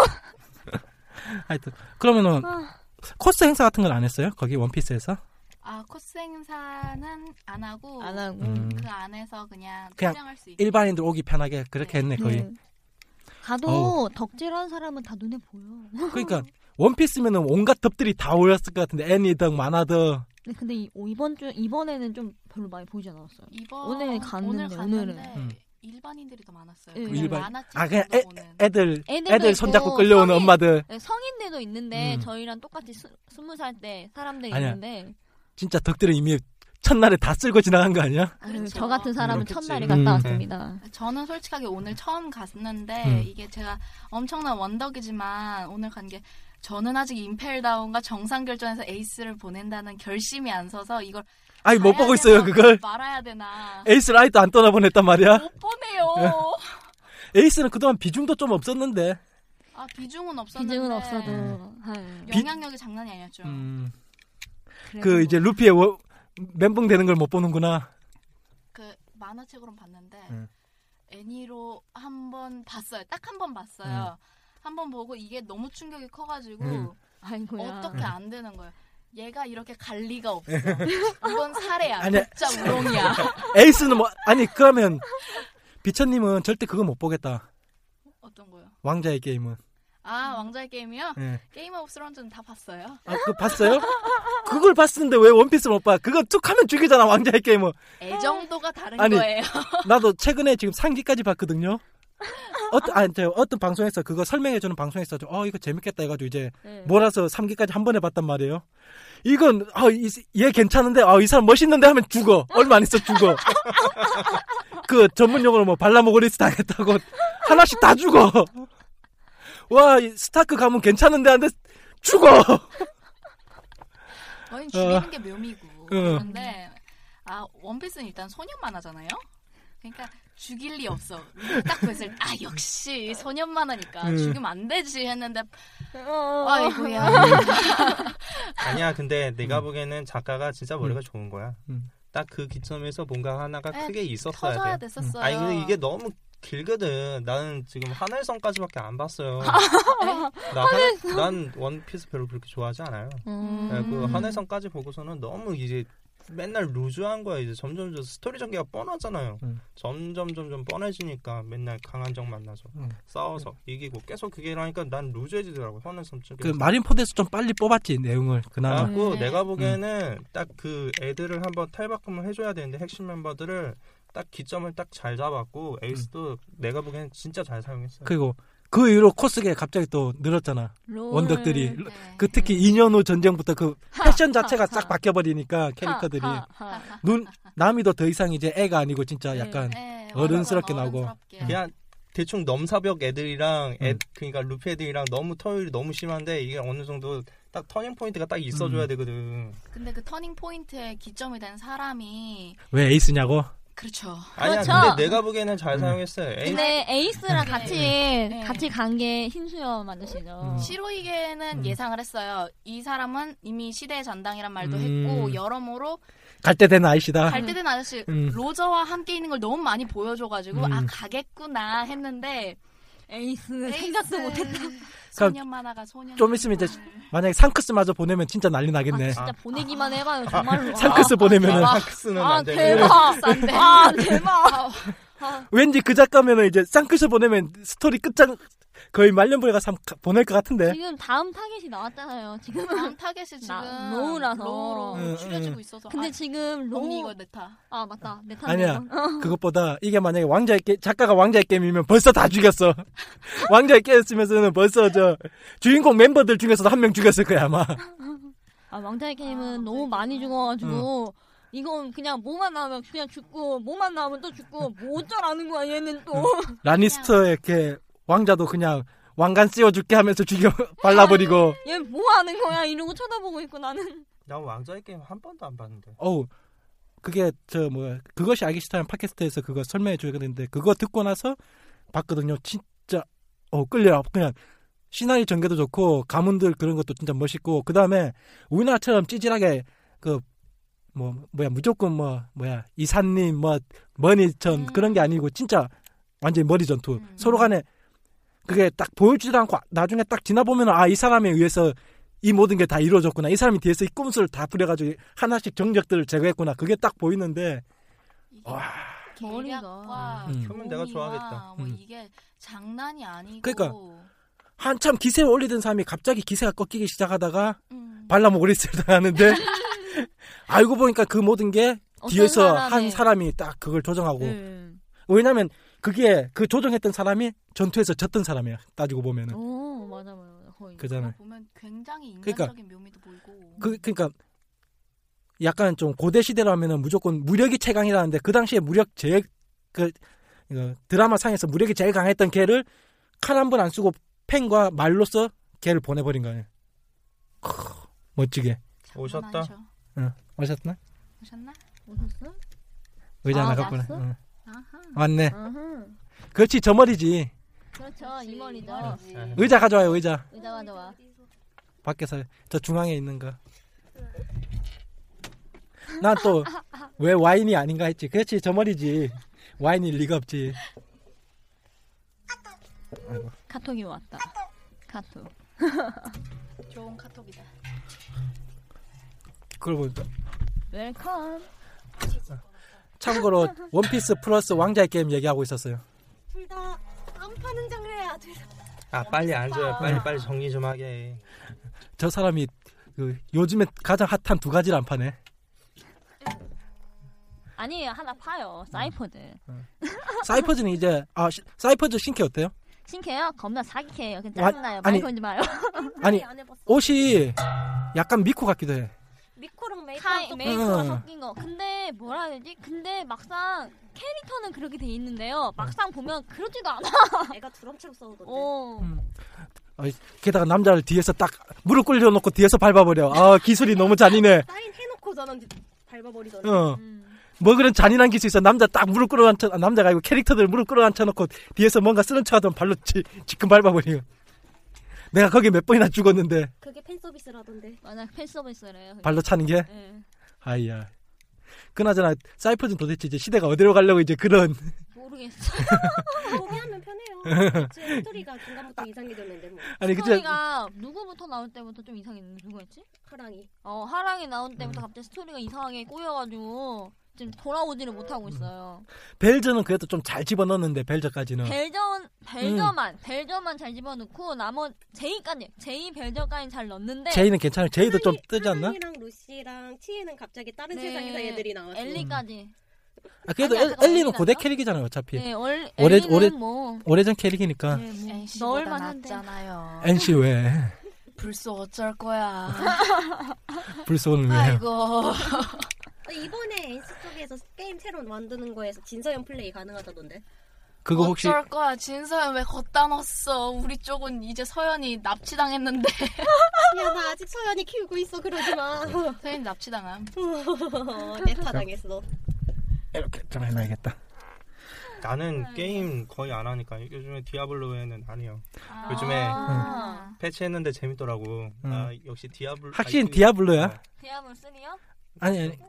[SPEAKER 3] 하여튼 그러면은
[SPEAKER 6] 아.
[SPEAKER 3] 코스 행사 같은 건 안 했어요 거기 원피스에서
[SPEAKER 2] 아 코스 행사는 안 하고
[SPEAKER 6] 안 하고
[SPEAKER 3] 음.
[SPEAKER 2] 그 안에서 그냥
[SPEAKER 3] 그냥
[SPEAKER 2] 투쟁할 수 있게
[SPEAKER 3] 일반인들 오기 편하게 그렇게 했네 거의.
[SPEAKER 6] 네. 가도
[SPEAKER 3] 어우.
[SPEAKER 6] 덕질하는 사람은 다 눈에 보여.
[SPEAKER 3] 그러니까 원피스면은 온갖 덥들이 다 올렸을 것 같은데 애니든 만화든
[SPEAKER 6] 근데, 근데 이, 어, 이번 주 이번에는 좀 별로 많이 보이지 않았어요.
[SPEAKER 2] 이번
[SPEAKER 6] 오늘 갔는데,
[SPEAKER 2] 오늘
[SPEAKER 6] 오늘은.
[SPEAKER 2] 갔는데
[SPEAKER 3] 음.
[SPEAKER 2] 일반인들이 더 많았어요.
[SPEAKER 6] 예.
[SPEAKER 2] 그냥
[SPEAKER 3] 일반-
[SPEAKER 2] 만화책
[SPEAKER 3] 아 그냥 애,
[SPEAKER 2] 정도 보는.
[SPEAKER 3] 애들
[SPEAKER 6] 애들도
[SPEAKER 3] 애들 손잡고 끌려오는
[SPEAKER 6] 성인-
[SPEAKER 3] 엄마들
[SPEAKER 6] 네, 성인들도 있는데
[SPEAKER 3] 음.
[SPEAKER 6] 저희랑 똑같이 스, 스무 살 때 사람들이
[SPEAKER 3] 아니야.
[SPEAKER 6] 있는데
[SPEAKER 3] 진짜 덕들은 이미 첫날에 다 쓸고 지나간 거 아니야?
[SPEAKER 6] 아유,
[SPEAKER 2] 그렇죠. 네.
[SPEAKER 6] 저 같은 사람은
[SPEAKER 4] 그렇겠지.
[SPEAKER 6] 첫날에
[SPEAKER 3] 음.
[SPEAKER 6] 갔다 왔습니다.
[SPEAKER 2] 저는 솔직하게 오늘 처음 갔는데
[SPEAKER 3] 음.
[SPEAKER 2] 이게 제가 엄청난 원덕이지만 오늘 간 게 저는 아직 임펠다운과 정상 결전에서 에이스를 보낸다는 결심이 안 서서 이걸
[SPEAKER 3] 아니 못
[SPEAKER 2] 가야 되나
[SPEAKER 3] 보고 있어요 그걸
[SPEAKER 2] 말아야 되나
[SPEAKER 3] 에이스 라이트 안 떠나보냈단 말이야.
[SPEAKER 2] 못 보내요.
[SPEAKER 3] 예. 에이스는 그동안 비중도 좀 없었는데.
[SPEAKER 2] 아 비중은 없었는데 네.
[SPEAKER 6] 비중은 없어도
[SPEAKER 3] 음.
[SPEAKER 6] 아유,
[SPEAKER 3] 비-
[SPEAKER 2] 영향력이 장난이 아니었죠.
[SPEAKER 3] 음,
[SPEAKER 6] 그래서
[SPEAKER 3] 그 이제 루피의 워- 멘붕 되는 걸 못 보는구나.
[SPEAKER 2] 그 만화책으로 봤는데
[SPEAKER 3] 음.
[SPEAKER 2] 애니로 한 번 봤어요. 딱 한 번 봤어요. 한 번 보고 이게 너무 충격이 커가지고
[SPEAKER 3] 예. 음.
[SPEAKER 6] 아이고야.
[SPEAKER 2] 어떻게 안 되는 거예요. 얘가 이렇게 갈 리가 없어. 이건 사례야.
[SPEAKER 3] 아니.
[SPEAKER 2] 진짜 우롱이야.
[SPEAKER 3] 에이스는 뭐 아니 그러면 비천님은 절대 그거 못 보겠다.
[SPEAKER 2] 어떤 거요?
[SPEAKER 3] 왕자의 게임은.
[SPEAKER 2] 아 왕자의 게임이요?
[SPEAKER 3] 예.
[SPEAKER 2] 게임 오브 스런즈는 다 봤어요.
[SPEAKER 3] 아, 그거 봤어요? 그걸 봤는데 왜 원피스 못 봐? 그거 툭 하면 죽이잖아, 왕자의 게임은.
[SPEAKER 2] 애정도가 다른
[SPEAKER 3] 아니.
[SPEAKER 2] 거예요.
[SPEAKER 3] 나도 최근에 지금 3기까지 봤거든요. 어떤, 아, 저, 어떤 방송에서 그거 설명해주는 방송에서 좀, 어, 이거 재밌겠다 해가지고 이제
[SPEAKER 6] 네.
[SPEAKER 3] 몰아서 3기까지 한 번에 봤단 말이에요. 이건, 아, 이, 얘 괜찮은데, 아, 이 사람 멋있는데 하면 죽어. 얼마 안 있어 죽어. 그 전문 용어로 뭐 발라모그리스 당했다고 하나씩 다 죽어. 와, 이 스타크 가면 괜찮은데 하는데 죽어.
[SPEAKER 2] 너희 죽이는
[SPEAKER 3] 어.
[SPEAKER 2] 게 묘미고. 그런데 아 원피스는 일단 소년 만화잖아요. 그러니까 죽일 리 없어. 딱 그랬을 때, 아 역시 소년 만화니까
[SPEAKER 3] 음.
[SPEAKER 2] 죽이면 안 되지 했는데
[SPEAKER 6] 어,
[SPEAKER 2] 아이고야.
[SPEAKER 4] 아니야, 근데 내가 보기에는 작가가 진짜 머리가 좋은 거야.
[SPEAKER 3] 음.
[SPEAKER 4] 딱 그 기점에서 뭔가 하나가
[SPEAKER 2] 에,
[SPEAKER 4] 크게 있었어야 돼.
[SPEAKER 2] 터져야 됐었어요.
[SPEAKER 4] 아니 근데 이게 너무 길거든. 나는 지금 하늘성까지밖에 안 봤어요. 나 하늘, 난 원피스 별로 그렇게 좋아하지 않아요.
[SPEAKER 6] 음.
[SPEAKER 4] 네, 그 하늘성까지 보고서는 너무 이제 맨날 루즈한 거야. 이제 점점 점 스토리 전개가 뻔하잖아요.
[SPEAKER 3] 음.
[SPEAKER 4] 점점 점점 뻔해지니까 맨날 강한 적 만나서
[SPEAKER 3] 음.
[SPEAKER 4] 싸워서 이기고 계속 그게 하니까 난 루즈해지더라고. 하늘성 쪽에.
[SPEAKER 3] 그 마린포드에서 좀 빨리 뽑았지, 내용을. 그나마.
[SPEAKER 6] 아.
[SPEAKER 4] 그래갖고
[SPEAKER 2] 네.
[SPEAKER 4] 내가 보기에는 딱 그 애들을 한번 탈바꿈을 해줘야 되는데 핵심 멤버들을 딱 기점을 딱 잘 잡았고 에이스도 내가 보기에는 진짜 잘 사용했어요.
[SPEAKER 3] 그리고 그 이후로 코스게 갑자기 또 늘었잖아.
[SPEAKER 6] 롤.
[SPEAKER 3] 원덕들이.
[SPEAKER 2] 네.
[SPEAKER 3] 그 특히 2년 후 전쟁부터 그 패션 자체가
[SPEAKER 6] 하,
[SPEAKER 3] 싹
[SPEAKER 6] 하.
[SPEAKER 3] 바뀌어버리니까 캐릭터들이
[SPEAKER 6] 하, 하, 하.
[SPEAKER 2] 아,
[SPEAKER 3] 눈 남이도 더 이상 이제 애가 아니고 진짜
[SPEAKER 6] 네.
[SPEAKER 3] 약간
[SPEAKER 2] 네,
[SPEAKER 3] 어른스럽게
[SPEAKER 2] 어른-
[SPEAKER 3] 나오고.
[SPEAKER 2] 어른스럽게.
[SPEAKER 4] 그냥 대충 넘사벽 애들이랑 애,
[SPEAKER 3] 음.
[SPEAKER 4] 그러니까 루피 애들이랑 너무 터율이 너무 심한데 이게 어느 정도 딱 터닝 포인트가 딱 있어줘야
[SPEAKER 3] 음.
[SPEAKER 4] 되거든.
[SPEAKER 2] 근데 그 터닝 포인트의 기점이 된 사람이
[SPEAKER 3] 왜 에이스냐고
[SPEAKER 2] 그렇죠.
[SPEAKER 4] 아니야
[SPEAKER 6] 그렇죠.
[SPEAKER 4] 근데 내가 보기에는 잘 사용했어요. 에이,
[SPEAKER 6] 근데 에이스랑 같이
[SPEAKER 2] 네.
[SPEAKER 6] 같이 간 게 흰수염 맞으시죠?
[SPEAKER 3] 음.
[SPEAKER 2] 시로이게는
[SPEAKER 3] 음.
[SPEAKER 2] 예상을 했어요. 이 사람은 이미 시대의 전당이란 말도
[SPEAKER 3] 음.
[SPEAKER 2] 했고 여러모로
[SPEAKER 3] 갈 때 된 아이시다.
[SPEAKER 2] 갈 때 된 아저씨
[SPEAKER 3] 음.
[SPEAKER 2] 로저와 함께 있는 걸 너무 많이 보여줘가지고
[SPEAKER 3] 음.
[SPEAKER 2] 아 가겠구나 했는데
[SPEAKER 6] 에이스
[SPEAKER 2] 에이스.
[SPEAKER 6] 생각도 못했다.
[SPEAKER 2] 소년 만화가 소년
[SPEAKER 3] 그러니까 좀 있으면 이제 만약에 상크스마저 보내면 진짜 난리
[SPEAKER 6] 아,
[SPEAKER 3] 나겠네.
[SPEAKER 6] 진짜 보내기만
[SPEAKER 2] 아.
[SPEAKER 6] 해봐요 정말로.
[SPEAKER 3] 상크스 보내면은
[SPEAKER 4] 마크스는
[SPEAKER 6] 아
[SPEAKER 4] 안 되고
[SPEAKER 6] 대박.
[SPEAKER 2] 안돼
[SPEAKER 6] 아 대박.
[SPEAKER 3] 왠지 그 작가면은 이제 상크스 보내면 스토리 끝장 거의 말년부에가 삼- 보낼 것 같은데.
[SPEAKER 6] 지금 다음 타겟이 나왔잖아요. 지금.
[SPEAKER 2] 다음 타겟이 지금
[SPEAKER 6] 나- 로우라서.
[SPEAKER 2] 로우로
[SPEAKER 3] 응,
[SPEAKER 2] 줄여지고
[SPEAKER 3] 응.
[SPEAKER 2] 있어서
[SPEAKER 6] 근데
[SPEAKER 2] 아,
[SPEAKER 6] 지금 로우
[SPEAKER 2] 언니 이거 내타
[SPEAKER 6] 아 맞다 내 탓이네.
[SPEAKER 3] 아니야. 그것보다 이게 만약에 왕자의 게 작가가 왕자의 게임이면 벌써 다 죽였어. 왕자의 게임이면서는 벌써 저 주인공 멤버들 중에서도 한 명 죽였을 거야 아마.
[SPEAKER 6] 아 왕자의 게임은
[SPEAKER 2] 아,
[SPEAKER 6] 너무
[SPEAKER 2] 왕자의
[SPEAKER 6] 많이
[SPEAKER 2] 게임은.
[SPEAKER 6] 죽어가지고 이건 그냥 뭐만 나오면 그냥 죽고 뭐만 나오면 또 죽고 뭐 어쩌라는 거야 얘는 또.
[SPEAKER 3] 라니스터의 이렇게 왕자도 그냥 왕관 씌워줄게 하면서 죽여 발라버리고.
[SPEAKER 6] 얘 뭐 하는 거야 이러고 쳐다보고 있고 나는.
[SPEAKER 4] 난 왕자의 게임 한 번도 안 봤는데.
[SPEAKER 3] 어우 그게 저 뭐야 그것이 알기 싫다는 팟캐스트에서 그거 설명해 줘야 되는데 그거 듣고 나서 봤거든요 진짜 어 끌려요 그냥 시나리 전개도 좋고 가문들 그런 것도 진짜 멋있고 그 다음에 우리나라처럼 찌질하게 그 뭐 뭐야 무조건 뭐 뭐야 이사님 뭐 머니전
[SPEAKER 2] 음.
[SPEAKER 3] 그런 게 아니고 진짜 완전히 머리 전투
[SPEAKER 2] 음.
[SPEAKER 3] 서로 간에 그게 딱 보여주지도 않고 나중에 딱 지나보면 아 이 사람에 의해서 이 모든 게 다 이루어졌구나. 이 사람이 뒤에서 이 꼼수를 다 부려가지고 하나씩 정적들을 제거했구나. 그게 딱 보이는데
[SPEAKER 2] 이게
[SPEAKER 3] 와.
[SPEAKER 2] 계략과
[SPEAKER 3] 음.
[SPEAKER 4] 그러면 내가
[SPEAKER 2] 동의와
[SPEAKER 4] 좋아하겠다.
[SPEAKER 2] 뭐
[SPEAKER 3] 음.
[SPEAKER 2] 이게 장난이 아니고
[SPEAKER 3] 그러니까. 한참 기세에 올리던 사람이 갑자기 기세가 꺾이기 시작하다가
[SPEAKER 2] 음.
[SPEAKER 3] 발라모그리스를 당하는데 알고 보니까 그 모든 게
[SPEAKER 6] 어떤
[SPEAKER 3] 뒤에서 한
[SPEAKER 6] 사람의-
[SPEAKER 3] 사람이 딱 그걸 조정하고
[SPEAKER 6] 음.
[SPEAKER 3] 왜냐면 그게 그 조정했던 사람이 전투에서 졌던 사람이야. 따지고 보면은
[SPEAKER 6] 오 어, 맞아 맞아 거의.
[SPEAKER 3] 그잖아요.
[SPEAKER 2] 보면 굉장히
[SPEAKER 3] 그러니까.
[SPEAKER 2] 인간적인 묘미도 보이고
[SPEAKER 3] 그 그러니까 약간 좀 고대 시대라면은 무조건 무력이 최강이라는데 그 당시에 무력 제일 그 어, 드라마 상에서 무력이 제일 강했던 걔를 칼 한 번 안 쓰고 펜과 말로써 걔를 보내버린 거예요. 크, 멋지게
[SPEAKER 2] 장난
[SPEAKER 4] 오셨다.
[SPEAKER 2] 아니죠.
[SPEAKER 3] 오셨나?
[SPEAKER 2] 오셨나?
[SPEAKER 6] 오셨어?
[SPEAKER 3] 의자
[SPEAKER 6] 아,
[SPEAKER 3] 나갔구나.
[SPEAKER 6] 왔어?
[SPEAKER 3] 응.
[SPEAKER 2] 아하.
[SPEAKER 3] 왔네.
[SPEAKER 6] 아하.
[SPEAKER 3] 그렇지 저 머리지.
[SPEAKER 6] 그렇죠 이 머리죠.
[SPEAKER 2] 머리지.
[SPEAKER 4] 네.
[SPEAKER 3] 의자 가져와요 의자.
[SPEAKER 6] 의자 가져와.
[SPEAKER 3] 밖에서 저 중앙에 있는 거. 난 또 왜 와인이 아닌가 했지. 그렇지 저 머리지. 와인일 리가 없지.
[SPEAKER 6] 카톡이 왔다. 카톡.
[SPEAKER 2] 좋은 카톡이다.
[SPEAKER 3] 그걸 뭐 보니까
[SPEAKER 6] 웰컴.
[SPEAKER 3] 참고로 원피스 플러스 왕자의 게임 얘기하고 있었어요.
[SPEAKER 4] 아 빨리 앉아요. 빨리 빨리 정리 좀 하게.
[SPEAKER 3] 저 사람이 그 요즘에 가장 핫한 두 가지를 안 파네.
[SPEAKER 6] 아니 하나 파요 사이퍼즈.
[SPEAKER 3] 사이퍼즈는 이제 아 시- 사이퍼즈 신캐 어때요?
[SPEAKER 6] 신캐요? 겁나 사기캐예요. 근데
[SPEAKER 3] 와-
[SPEAKER 6] 짜증나요.
[SPEAKER 3] 아니-
[SPEAKER 6] 말 걸지 마요.
[SPEAKER 3] 아니 옷이 약간 미코 같기도 해.
[SPEAKER 7] 어.
[SPEAKER 6] 카이 메이크업
[SPEAKER 3] 응.
[SPEAKER 6] 섞인 거. 근데 뭐라 해야 되지? 근데 막상 캐릭터는 그렇게 돼 있는데요. 막상 보면 그렇지도 않아.
[SPEAKER 7] 애가 드럼처럼 싸우던데.
[SPEAKER 6] 어.
[SPEAKER 3] 게다가 남자를 뒤에서 딱 무릎 꿇려놓고 뒤에서 밟아버려. 아 기술이 너무 잔인해.
[SPEAKER 7] 사인 해놓고 저는 밟아버리던데.
[SPEAKER 3] 어.
[SPEAKER 6] 음.
[SPEAKER 3] 뭐 그런 잔인한 기술 있어. 남자 딱 무릎 끌어앉혀 아, 남자가 아니고 캐릭터들 무릎 끌어앉혀놓고 뒤에서 뭔가 쓰는 척하던 발로 지, 지금 밟아버리고. 내가 거기 몇 번이나 죽었는데
[SPEAKER 7] 그게 팬 서비스라던데.
[SPEAKER 6] 맞아 팬 서비스래요. 그게.
[SPEAKER 3] 발로 차는 게.
[SPEAKER 6] 예.
[SPEAKER 3] 아이야. 그나저나 사이퍼즈는 도대체 이제 시대가 어디로 가려고 이제 그런
[SPEAKER 6] 모르겠어.
[SPEAKER 7] 소개하면 편해요. 제 스토리가 중간부터 이상해졌는데 뭐.
[SPEAKER 3] 아니 그저
[SPEAKER 6] 스토리가 누구부터 나올 때부터 좀 이상했는데 누구였지?
[SPEAKER 7] 하랑이.
[SPEAKER 6] 어 하랑이 나올
[SPEAKER 3] 음.
[SPEAKER 6] 때부터 갑자기 스토리가 이상하게 꼬여가지고 지금 돌아오지를
[SPEAKER 3] 음.
[SPEAKER 6] 못하고 있어요.
[SPEAKER 3] 벨저는 그래도 좀 잘 집어넣었는데 벨저까지는
[SPEAKER 6] 벨저는 벨저만
[SPEAKER 3] 음.
[SPEAKER 6] 벨저만 잘 집어넣고 나머 제이까지 제이 벨저까지 잘 넣는데
[SPEAKER 3] 제이는 괜찮아요. 제이도 좀
[SPEAKER 7] 하랑이-
[SPEAKER 3] 뜨지 않나?
[SPEAKER 7] 하랑이랑 루시랑 치에는 갑자기 다른
[SPEAKER 6] 네.
[SPEAKER 7] 세상에서 애들이 나왔어.
[SPEAKER 6] 엘리까지.
[SPEAKER 3] 아, 그래도
[SPEAKER 6] 아니야,
[SPEAKER 3] 엘,
[SPEAKER 6] 잠깐만,
[SPEAKER 3] 엘리는
[SPEAKER 6] 엘리는
[SPEAKER 3] 고대
[SPEAKER 6] 나?
[SPEAKER 3] 캐릭이잖아요,
[SPEAKER 4] 예.
[SPEAKER 3] 어차피.
[SPEAKER 6] 네, 얼,
[SPEAKER 3] 오래-
[SPEAKER 6] 엘리는
[SPEAKER 3] 오래-
[SPEAKER 6] 뭐,
[SPEAKER 3] 오래전 캐릭이니까.
[SPEAKER 6] 네, 뭐 넣을
[SPEAKER 2] NC보다
[SPEAKER 6] 만한데.
[SPEAKER 2] 낫잖아요.
[SPEAKER 3] NC 왜?
[SPEAKER 2] 불쏘 어쩔 거야.
[SPEAKER 3] 불소는 왜?
[SPEAKER 2] 아이고.
[SPEAKER 7] 아, 이번에 NC 쪽에서 게임 새로 만드는 거에서 진서연 플레이 가능하다던데.
[SPEAKER 3] 그거 혹시
[SPEAKER 2] 어쩔 거야. 진서연 왜 걷다 놨어. 우리 쪽은 이제 서연이 납치당했는데.
[SPEAKER 7] 야 나 아직 서연이 키우고 있어 그러지 마.
[SPEAKER 2] 서연이 납치당함.
[SPEAKER 7] 내타 당했어.
[SPEAKER 3] 이렇게 좀 해놔야겠다.
[SPEAKER 4] 아,
[SPEAKER 2] 음.
[SPEAKER 4] 나는 게임 거의 안 하니까 요즘에 디아블로 외에는 안 해요. 요즘에
[SPEAKER 6] 아.
[SPEAKER 4] 패치했는데 재밌더라고.
[SPEAKER 3] 음.
[SPEAKER 4] 아, 역시 디아블
[SPEAKER 3] 확실히
[SPEAKER 4] 아, 그-
[SPEAKER 3] 디아블로야?
[SPEAKER 6] 디아블 3요?
[SPEAKER 3] 아니, 아니.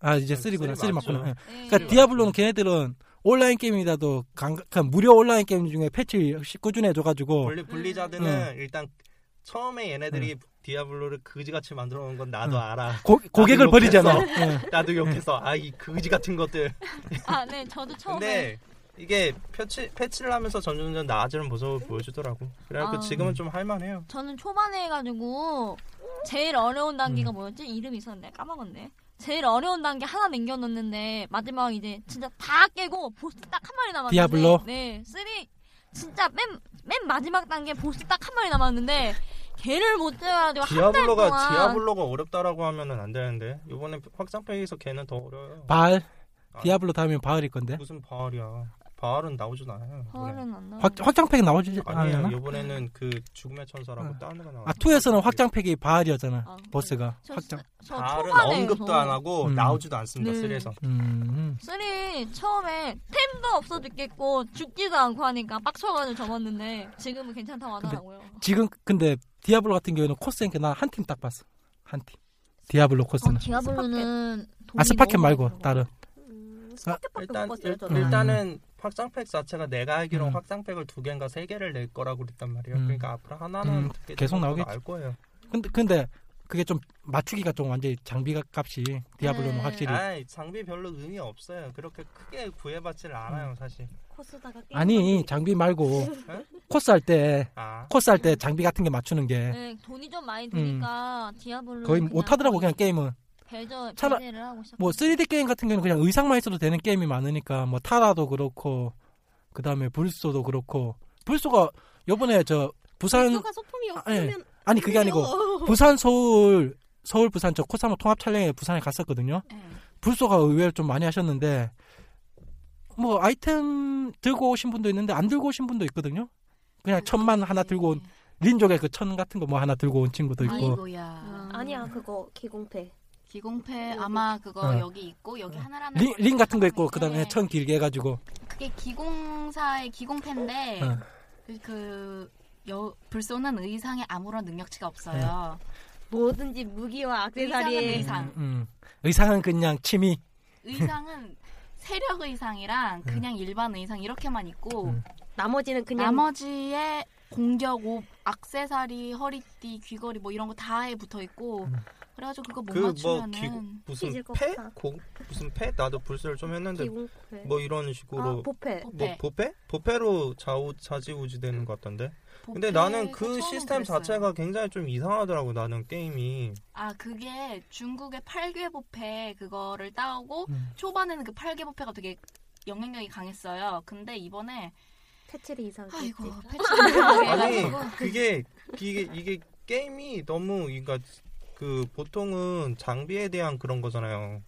[SPEAKER 3] 아, 이제
[SPEAKER 4] 쓰리
[SPEAKER 3] 3구나. 3
[SPEAKER 4] 맞죠.
[SPEAKER 3] 맞구나. 예.
[SPEAKER 6] 네.
[SPEAKER 3] 그러니까 디아블로는 걔네들은 온라인 게임이라도 강, 그러니까 무료 온라인 게임 중에 패치 시- 꾸준히 해줘가지고
[SPEAKER 4] 원래
[SPEAKER 3] 음.
[SPEAKER 4] 블리자드는 일단 처음에 얘네들이 디아블로를 그지같이 만들어 놓은 건 나도
[SPEAKER 3] 음.
[SPEAKER 4] 알아.
[SPEAKER 3] 고, 고객을
[SPEAKER 4] 나도
[SPEAKER 3] 버리잖아. 예.
[SPEAKER 4] 나도 욕해서 아 이 그지 같은 것들.
[SPEAKER 6] 아, 네, 저도 처음에.
[SPEAKER 4] 근데 이게 패치 패치를 하면서 점점점 나아지는 모습을 보여주더라고. 그래갖고
[SPEAKER 6] 아.
[SPEAKER 4] 지금은 좀 할만해요.
[SPEAKER 6] 저는 초반에 해가지고 제일 어려운
[SPEAKER 4] 음.
[SPEAKER 6] 단계가 뭐였지? 이름이 있었는데 까먹었네. 제일 어려운 단계 하나 남겨놓는데 마지막 이제 진짜 다 깨고 보스 딱 한 마리 남았는데
[SPEAKER 3] 디아블로?
[SPEAKER 6] 네, 쓰리 진짜 맨, 맨 마지막 단계 보스 딱 한 마리 남았는데 걔를 못 잡아가지고 한 달
[SPEAKER 4] 디아블로가
[SPEAKER 6] 동안
[SPEAKER 4] 디아블로가 어렵다라고 하면은 안 되는데 이번에 확장팩에서 걔는 더 어려요.
[SPEAKER 3] 바알.
[SPEAKER 4] 아,
[SPEAKER 3] 디아블로 다음엔 바알일 건데.
[SPEAKER 4] 무슨 바알이야? 바알은 나오지도 않아요. 이번에.
[SPEAKER 6] 화를 안 나.
[SPEAKER 3] 확, 확장팩 나오지 않나?
[SPEAKER 4] 아니에요. 이번에는 그 죽음의 천사라고
[SPEAKER 3] 아.
[SPEAKER 4] 다른 애가 나와.
[SPEAKER 3] 아, 2에서는 확장팩이 바알이었잖아.
[SPEAKER 6] 아, 그래요?
[SPEAKER 3] 보스가.
[SPEAKER 6] 저,
[SPEAKER 3] 확장.
[SPEAKER 6] 저
[SPEAKER 4] 바알은
[SPEAKER 6] 초반에
[SPEAKER 4] 언급도
[SPEAKER 6] 저-
[SPEAKER 4] 안 하고
[SPEAKER 3] 음.
[SPEAKER 4] 나오지도 않습니다.
[SPEAKER 6] 네.
[SPEAKER 4] 3에서
[SPEAKER 3] 음.
[SPEAKER 6] 쓰리 처음에 템도 없어 죽겠고 죽지도 않고 하니까 빡쳐가지고 접었는데 지금은 괜찮다고 하더라고요.
[SPEAKER 3] 지금 근데 디아블로 같은 경우에는 코스니까 나한 팀 딱 봤어. 한 팀. 디아블로 코스는.
[SPEAKER 6] 디아블로는
[SPEAKER 3] 아, 스파켓 말고 다른.
[SPEAKER 7] 음, 스파켓밖에
[SPEAKER 4] 일단
[SPEAKER 7] 못 봤어요
[SPEAKER 4] 일,
[SPEAKER 7] 저는.
[SPEAKER 4] 일단은 확장팩 자체가 내가 알기로
[SPEAKER 3] 음.
[SPEAKER 4] 확장팩을 두 개인가 세 개를 낼 거라고 그랬단 말이에요.
[SPEAKER 3] 음.
[SPEAKER 4] 그러니까 앞으로 하나는
[SPEAKER 3] 음,
[SPEAKER 4] 어떻게
[SPEAKER 3] 계속
[SPEAKER 4] 될지도
[SPEAKER 3] 나오겠지.
[SPEAKER 4] 알 거예요.
[SPEAKER 3] 근데 근데 그게 좀 맞추기가 좀 완전히 장비가 값이 디아블로는
[SPEAKER 6] 네.
[SPEAKER 3] 확실히
[SPEAKER 4] 아, 장비 별로 의미 없어요. 그렇게 크게 구애받지를
[SPEAKER 3] 음.
[SPEAKER 4] 않아요, 사실.
[SPEAKER 7] 코스다가 게임
[SPEAKER 3] 아니 장비 말고
[SPEAKER 4] 어?
[SPEAKER 3] 코스 할 때
[SPEAKER 4] 아,
[SPEAKER 3] 코스 할 때 장비 같은 게 맞추는 게
[SPEAKER 6] 네, 돈이 좀 많이 드니까 디아블로
[SPEAKER 3] 음. 거의 못 하더라고 그냥 게임은
[SPEAKER 6] 배저
[SPEAKER 3] 차라-
[SPEAKER 6] 배제를 하고 시작.
[SPEAKER 3] 뭐 3D 게임 같은 경우는 그냥 의상만 있어도 되는 게임이 많으니까 뭐 타라도 그렇고 그 다음에 불소도 그렇고 불소가 요번에 저 부산
[SPEAKER 7] 누가 소품이
[SPEAKER 3] 아,
[SPEAKER 7] 없으면
[SPEAKER 3] 아니 그게 아니고 부산 서울 서울 부산 저 코사모 통합 촬영에 부산에 갔었거든요. 불소가 의외로 좀 많이 하셨는데 뭐 아이템 들고 오신 분도 있는데 안 들고 오신 분도 있거든요. 그냥 천만 하나 들고 온 린족의 그 천 같은 거 뭐 하나 들고 온 친구도 있고
[SPEAKER 2] 아이고야.
[SPEAKER 7] 아니야 그거 기공패
[SPEAKER 6] 네.
[SPEAKER 2] 기공패 아마 그거
[SPEAKER 3] 어.
[SPEAKER 2] 여기 있고 여기 하나라는
[SPEAKER 3] 린, 린 같은 거 있고 그다음에
[SPEAKER 2] 네.
[SPEAKER 3] 천 길게 해가지고
[SPEAKER 2] 그게 기공사의 기공패인데
[SPEAKER 3] 어.
[SPEAKER 2] 그- 그 여, 불쏘는 의상에 아무런 능력치가 없어요.
[SPEAKER 7] 뭐든지 무기와
[SPEAKER 2] 의상은
[SPEAKER 7] 악세사리에
[SPEAKER 2] 의상.
[SPEAKER 3] 음, 음. 의상은 그냥 취미
[SPEAKER 2] 의상은 세력 의상이랑 그냥 일반 의상 이렇게만 있고
[SPEAKER 3] 음.
[SPEAKER 7] 나머지는 그냥
[SPEAKER 2] 나머지에 공격 옷, 악세사리, 허리띠, 귀걸이 뭐 이런 거 다에 붙어 있고
[SPEAKER 3] 음.
[SPEAKER 2] 그래가지고 그거 못
[SPEAKER 4] 그 뭐
[SPEAKER 2] 맞추면은
[SPEAKER 4] 기 무슨
[SPEAKER 7] 시질 것
[SPEAKER 4] 패?
[SPEAKER 7] 같아.
[SPEAKER 4] 고, 무슨 패? 나도 불스를 좀 했는데
[SPEAKER 7] 기공패
[SPEAKER 4] 뭐 이런
[SPEAKER 7] 아 네.
[SPEAKER 4] 식으로
[SPEAKER 7] 보패
[SPEAKER 2] 보패.
[SPEAKER 4] 뭐 보패? 보패로 좌우 좌지우지
[SPEAKER 3] 음.
[SPEAKER 4] 되는 것 같던데. 근데
[SPEAKER 2] 보패
[SPEAKER 4] 나는 그
[SPEAKER 2] 처음엔
[SPEAKER 4] 시스템
[SPEAKER 2] 그랬어요.
[SPEAKER 4] 자체가 굉장히 좀 이상하더라고 나는 게임이.
[SPEAKER 2] 아 그게 중국의 팔괘보패 그거를 따오고
[SPEAKER 3] 음.
[SPEAKER 2] 초반에는 그 팔괘보패가 되게 영향력이 강했어요. 근데 이번에
[SPEAKER 7] 패치를 이상했지
[SPEAKER 2] 아이고 패치를
[SPEAKER 4] 아니
[SPEAKER 2] 해가지고
[SPEAKER 4] 그게 이게 이게 게임이 너무 그러니까 그 보통은 장비에 대한 그런 거잖아요.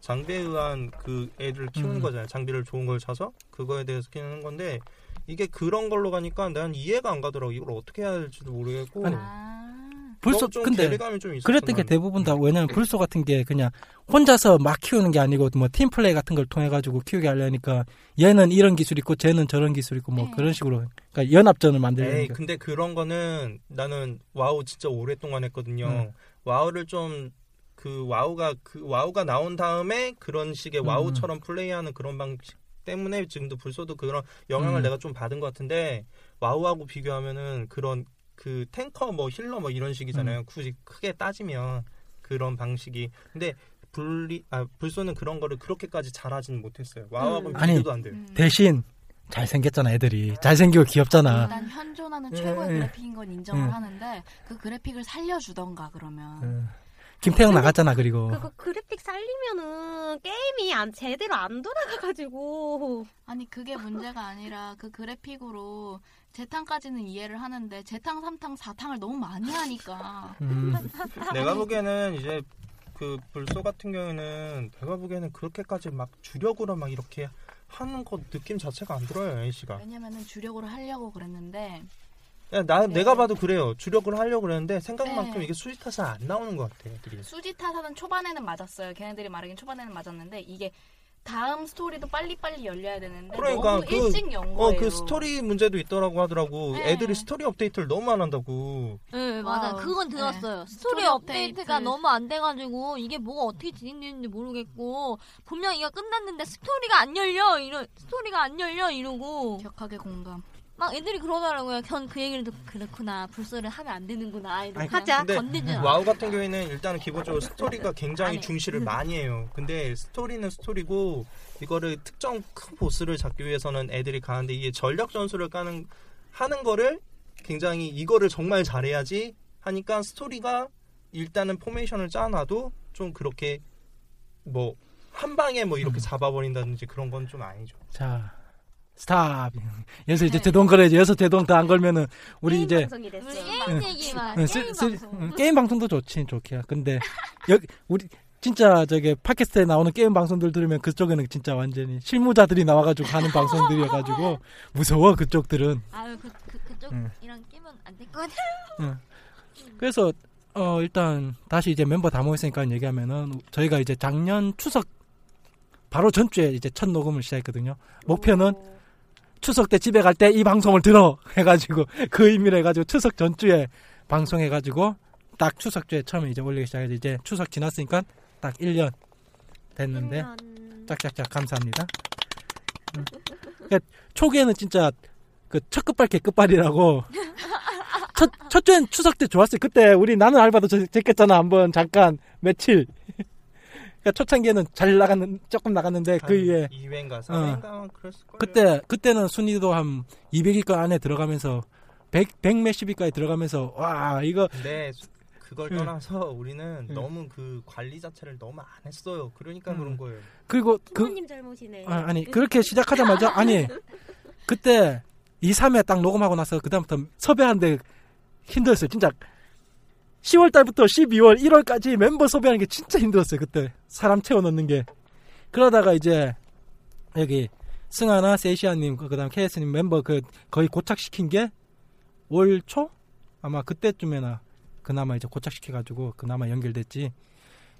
[SPEAKER 4] 장비에 의한 그 애를 키우는
[SPEAKER 3] 음.
[SPEAKER 4] 거잖아요. 장비를 좋은 걸 사서 그거에 대해서 키우는 건데 이게 그런 걸로 가니까 난 이해가 안 가더라고. 이걸 어떻게 해야 될지도 모르겠고.
[SPEAKER 3] 아니,
[SPEAKER 2] 아,
[SPEAKER 3] 불소
[SPEAKER 4] 너무 좀
[SPEAKER 3] 근데
[SPEAKER 4] 괴리감이 좀 있었어.
[SPEAKER 3] 그랬던 게
[SPEAKER 4] 나는. 네.
[SPEAKER 3] 대부분 다 왜냐면 불소 같은 게 그냥 혼자서 막 키우는 게 아니고 뭐 팀플레이 같은 걸 통해 가지고 키우게 하려니까 얘는 이런 기술이 있고 쟤는 저런 기술이 있고 뭐
[SPEAKER 2] 네.
[SPEAKER 3] 그런 식으로 그러니까 연합전을 만들려는
[SPEAKER 4] 에이
[SPEAKER 3] 거.
[SPEAKER 4] 근데 그런 거는 나는 와우 진짜 오랫동안 했거든요.
[SPEAKER 3] 음.
[SPEAKER 4] 와우를 좀 그 와우가 그 와우가 나온 다음에 그런 식의
[SPEAKER 3] 음.
[SPEAKER 4] 와우처럼 플레이하는 그런 방식 때문에 지금도 불소도 그런 영향을
[SPEAKER 3] 음.
[SPEAKER 4] 내가 좀 받은 것 같은데 와우하고 비교하면은 그런 그 탱커 뭐 힐러 뭐 이런 식이잖아요. 굳이 크게 따지면 그런 방식이 근데 불리 아 불소는 그런 거를 그렇게까지 잘하지는 못했어요. 와우하고는
[SPEAKER 7] 음.
[SPEAKER 3] 아니,
[SPEAKER 4] 비교도 안 돼요.
[SPEAKER 2] 음.
[SPEAKER 3] 대신 잘생겼잖아 애들이 잘생기고 귀엽잖아
[SPEAKER 2] 일단 현존하는
[SPEAKER 3] 예,
[SPEAKER 2] 최고의
[SPEAKER 3] 예.
[SPEAKER 2] 그래픽인 건 인정을
[SPEAKER 3] 예.
[SPEAKER 2] 하는데 그 그래픽을 살려주던가 그러면
[SPEAKER 3] 음. 김태형 나갔잖아 그리고
[SPEAKER 7] 그거 그래픽 살리면은 게임이 안 제대로 안 돌아가가지고
[SPEAKER 2] 아니 그게 문제가 아니라 그 그래픽으로 재탕까지는 이해를 하는데 재탕, 삼탕, 사탕을 너무 많이 하니까
[SPEAKER 3] 음.
[SPEAKER 4] 내가 보기에는 이제 그 불소 같은 경우에는 내가 보기에는 그렇게까지 막 주력으로 막 이렇게 하는 거 느낌 자체가 안 들어요 n 씨가
[SPEAKER 2] 왜냐면은 주력으로 하려고 그랬는데 네.
[SPEAKER 4] 나 내가 봐도 그래요. 주력으로 하려고 그랬는데 생각만큼
[SPEAKER 2] 네.
[SPEAKER 4] 이게 수지타서 안 나오는 것 같아. 애들이.
[SPEAKER 2] 수지 타산은 초반에는 맞았어요. 걔네들이 말하긴 초반에는 맞았는데 이게 다음 스토리도 빨리빨리 열려야 되는데
[SPEAKER 4] 그러니까
[SPEAKER 2] 너무
[SPEAKER 4] 그-
[SPEAKER 2] 일찍 연
[SPEAKER 4] 어,
[SPEAKER 2] 거예요.
[SPEAKER 4] 그 스토리 문제도 있더라고 하더라고.
[SPEAKER 2] 네.
[SPEAKER 4] 그 애들이 스토리 업데이트를 너무 안 한다고.
[SPEAKER 6] 네, 맞아.
[SPEAKER 2] 와우.
[SPEAKER 6] 그건 들었어요. 스토리
[SPEAKER 2] 스토리
[SPEAKER 6] 업데이트가
[SPEAKER 2] 업데이트.
[SPEAKER 6] 너무 안 돼가지고 이게 뭐가 어떻게 진행되는지 모르겠고 분명 이거 끝났는데 스토리가 안 열려 이런 스토리가 안 열려 이러고
[SPEAKER 2] 격하게 공감.
[SPEAKER 6] 막 애들이 그러더라고요. 전 그 얘기를 듣고 그렇구나 불소를 하면 안 되는구나 이러고
[SPEAKER 3] 아니,
[SPEAKER 6] 그냥
[SPEAKER 7] 하자.
[SPEAKER 4] 근데 음.
[SPEAKER 6] 건드지 않아.
[SPEAKER 4] 와우 같은 경우에는 일단은 기본적으로 스토리가
[SPEAKER 6] 안
[SPEAKER 4] 굉장히
[SPEAKER 6] 해.
[SPEAKER 4] 중시를 많이 해요. 근데 스토리는 스토리고 이거를 특정 큰 보스를 잡기 위해서는 애들이 가는데 이게 전략 전술을 까는 하는 거를 굉장히 이거를 정말 잘해야지 하니까 스토리가 일단은 포메이션을 짜놔도 좀 그렇게 뭐 한 방에 뭐
[SPEAKER 3] 음.
[SPEAKER 4] 이렇게 잡아버린다든지 그런 건 좀 아니죠.
[SPEAKER 3] 자, 스탑. 여기서 이제 대동 걸어야지. 여기서 대동 다 안 걸면은 우리 이제
[SPEAKER 7] 방송이 됐어.
[SPEAKER 5] 음.
[SPEAKER 6] 우리 게임 얘기만
[SPEAKER 3] 응,
[SPEAKER 6] 게임
[SPEAKER 3] 쓰- 쓰-
[SPEAKER 6] 방송.
[SPEAKER 3] 응, 음, 게임 방송도 좋긴 좋게야. 근데 여기 우리 진짜 저게 팟캐스트에 나오는 게임 방송들 들으면 그쪽에는 진짜 완전히 실무자들이 나와가지고 하는 방송들이어가지고 무서워 그쪽들은.
[SPEAKER 6] 아유 그, 그 그쪽이랑 끼면 안 될 것 같아.
[SPEAKER 3] 그래서 어 일단 다시 이제 멤버 다 모였으니까 얘기하면은 저희가 이제 작년 추석 바로 전주에 이제 첫 녹음을 시작했거든요. 목표는 추석 때 집에 갈 때 이 방송을 들어 해가지고 그 의미로 해가지고 추석 전주에 방송해가지고 딱 추석 주에 처음에 이제 올리기 시작해서 이제 추석 지났으니까 딱 1년
[SPEAKER 6] 음.
[SPEAKER 3] 됐는데 짝짝짝 감사합니다. 음. 그러니까 초기에는 진짜 그첫 끝발 개 끝발이라고 첫, 첫 주엔 추석 때 좋았어요. 그때 우리 나는 알바도 제- 제꼈잖아. 한번 잠깐 며칠. 그러니까 초창기에는 잘 나갔는 조금 나갔는데 그 이후에
[SPEAKER 4] 2회인가 3회인가 그랬을 거예요.
[SPEAKER 3] 그때 그때는 순위도 한 200위권 안에 들어가면서 100, 100 몇십 위까지 들어가면서 와 이거
[SPEAKER 4] 근데 수- 그걸
[SPEAKER 3] 음.
[SPEAKER 4] 떠나서 우리는
[SPEAKER 3] 음.
[SPEAKER 4] 너무 그 관리 자체를 너무 안 했어요. 그러니까
[SPEAKER 3] 음.
[SPEAKER 4] 그런 거예요.
[SPEAKER 2] 뭐
[SPEAKER 3] 그리고 그
[SPEAKER 7] 부모님 잘못이네.
[SPEAKER 3] 아, 아니
[SPEAKER 6] 음.
[SPEAKER 3] 그렇게 시작하자마자 아니 그때 2, 3회 딱 녹음하고 나서 그다음부터 섭외하는데 힘들었어요. 진짜 10월 달부터 12월 1월까지 멤버 섭외하는 게 진짜 힘들었어요. 그때 사람 채워 넣는 게 그러다가 이제 여기 승아나 세시아님 그다음 KS님 멤버 그 거의 고착시킨 게 올 초 아마 그때쯤에나 그나마 이제 고착시켜가지고 그나마 연결됐지.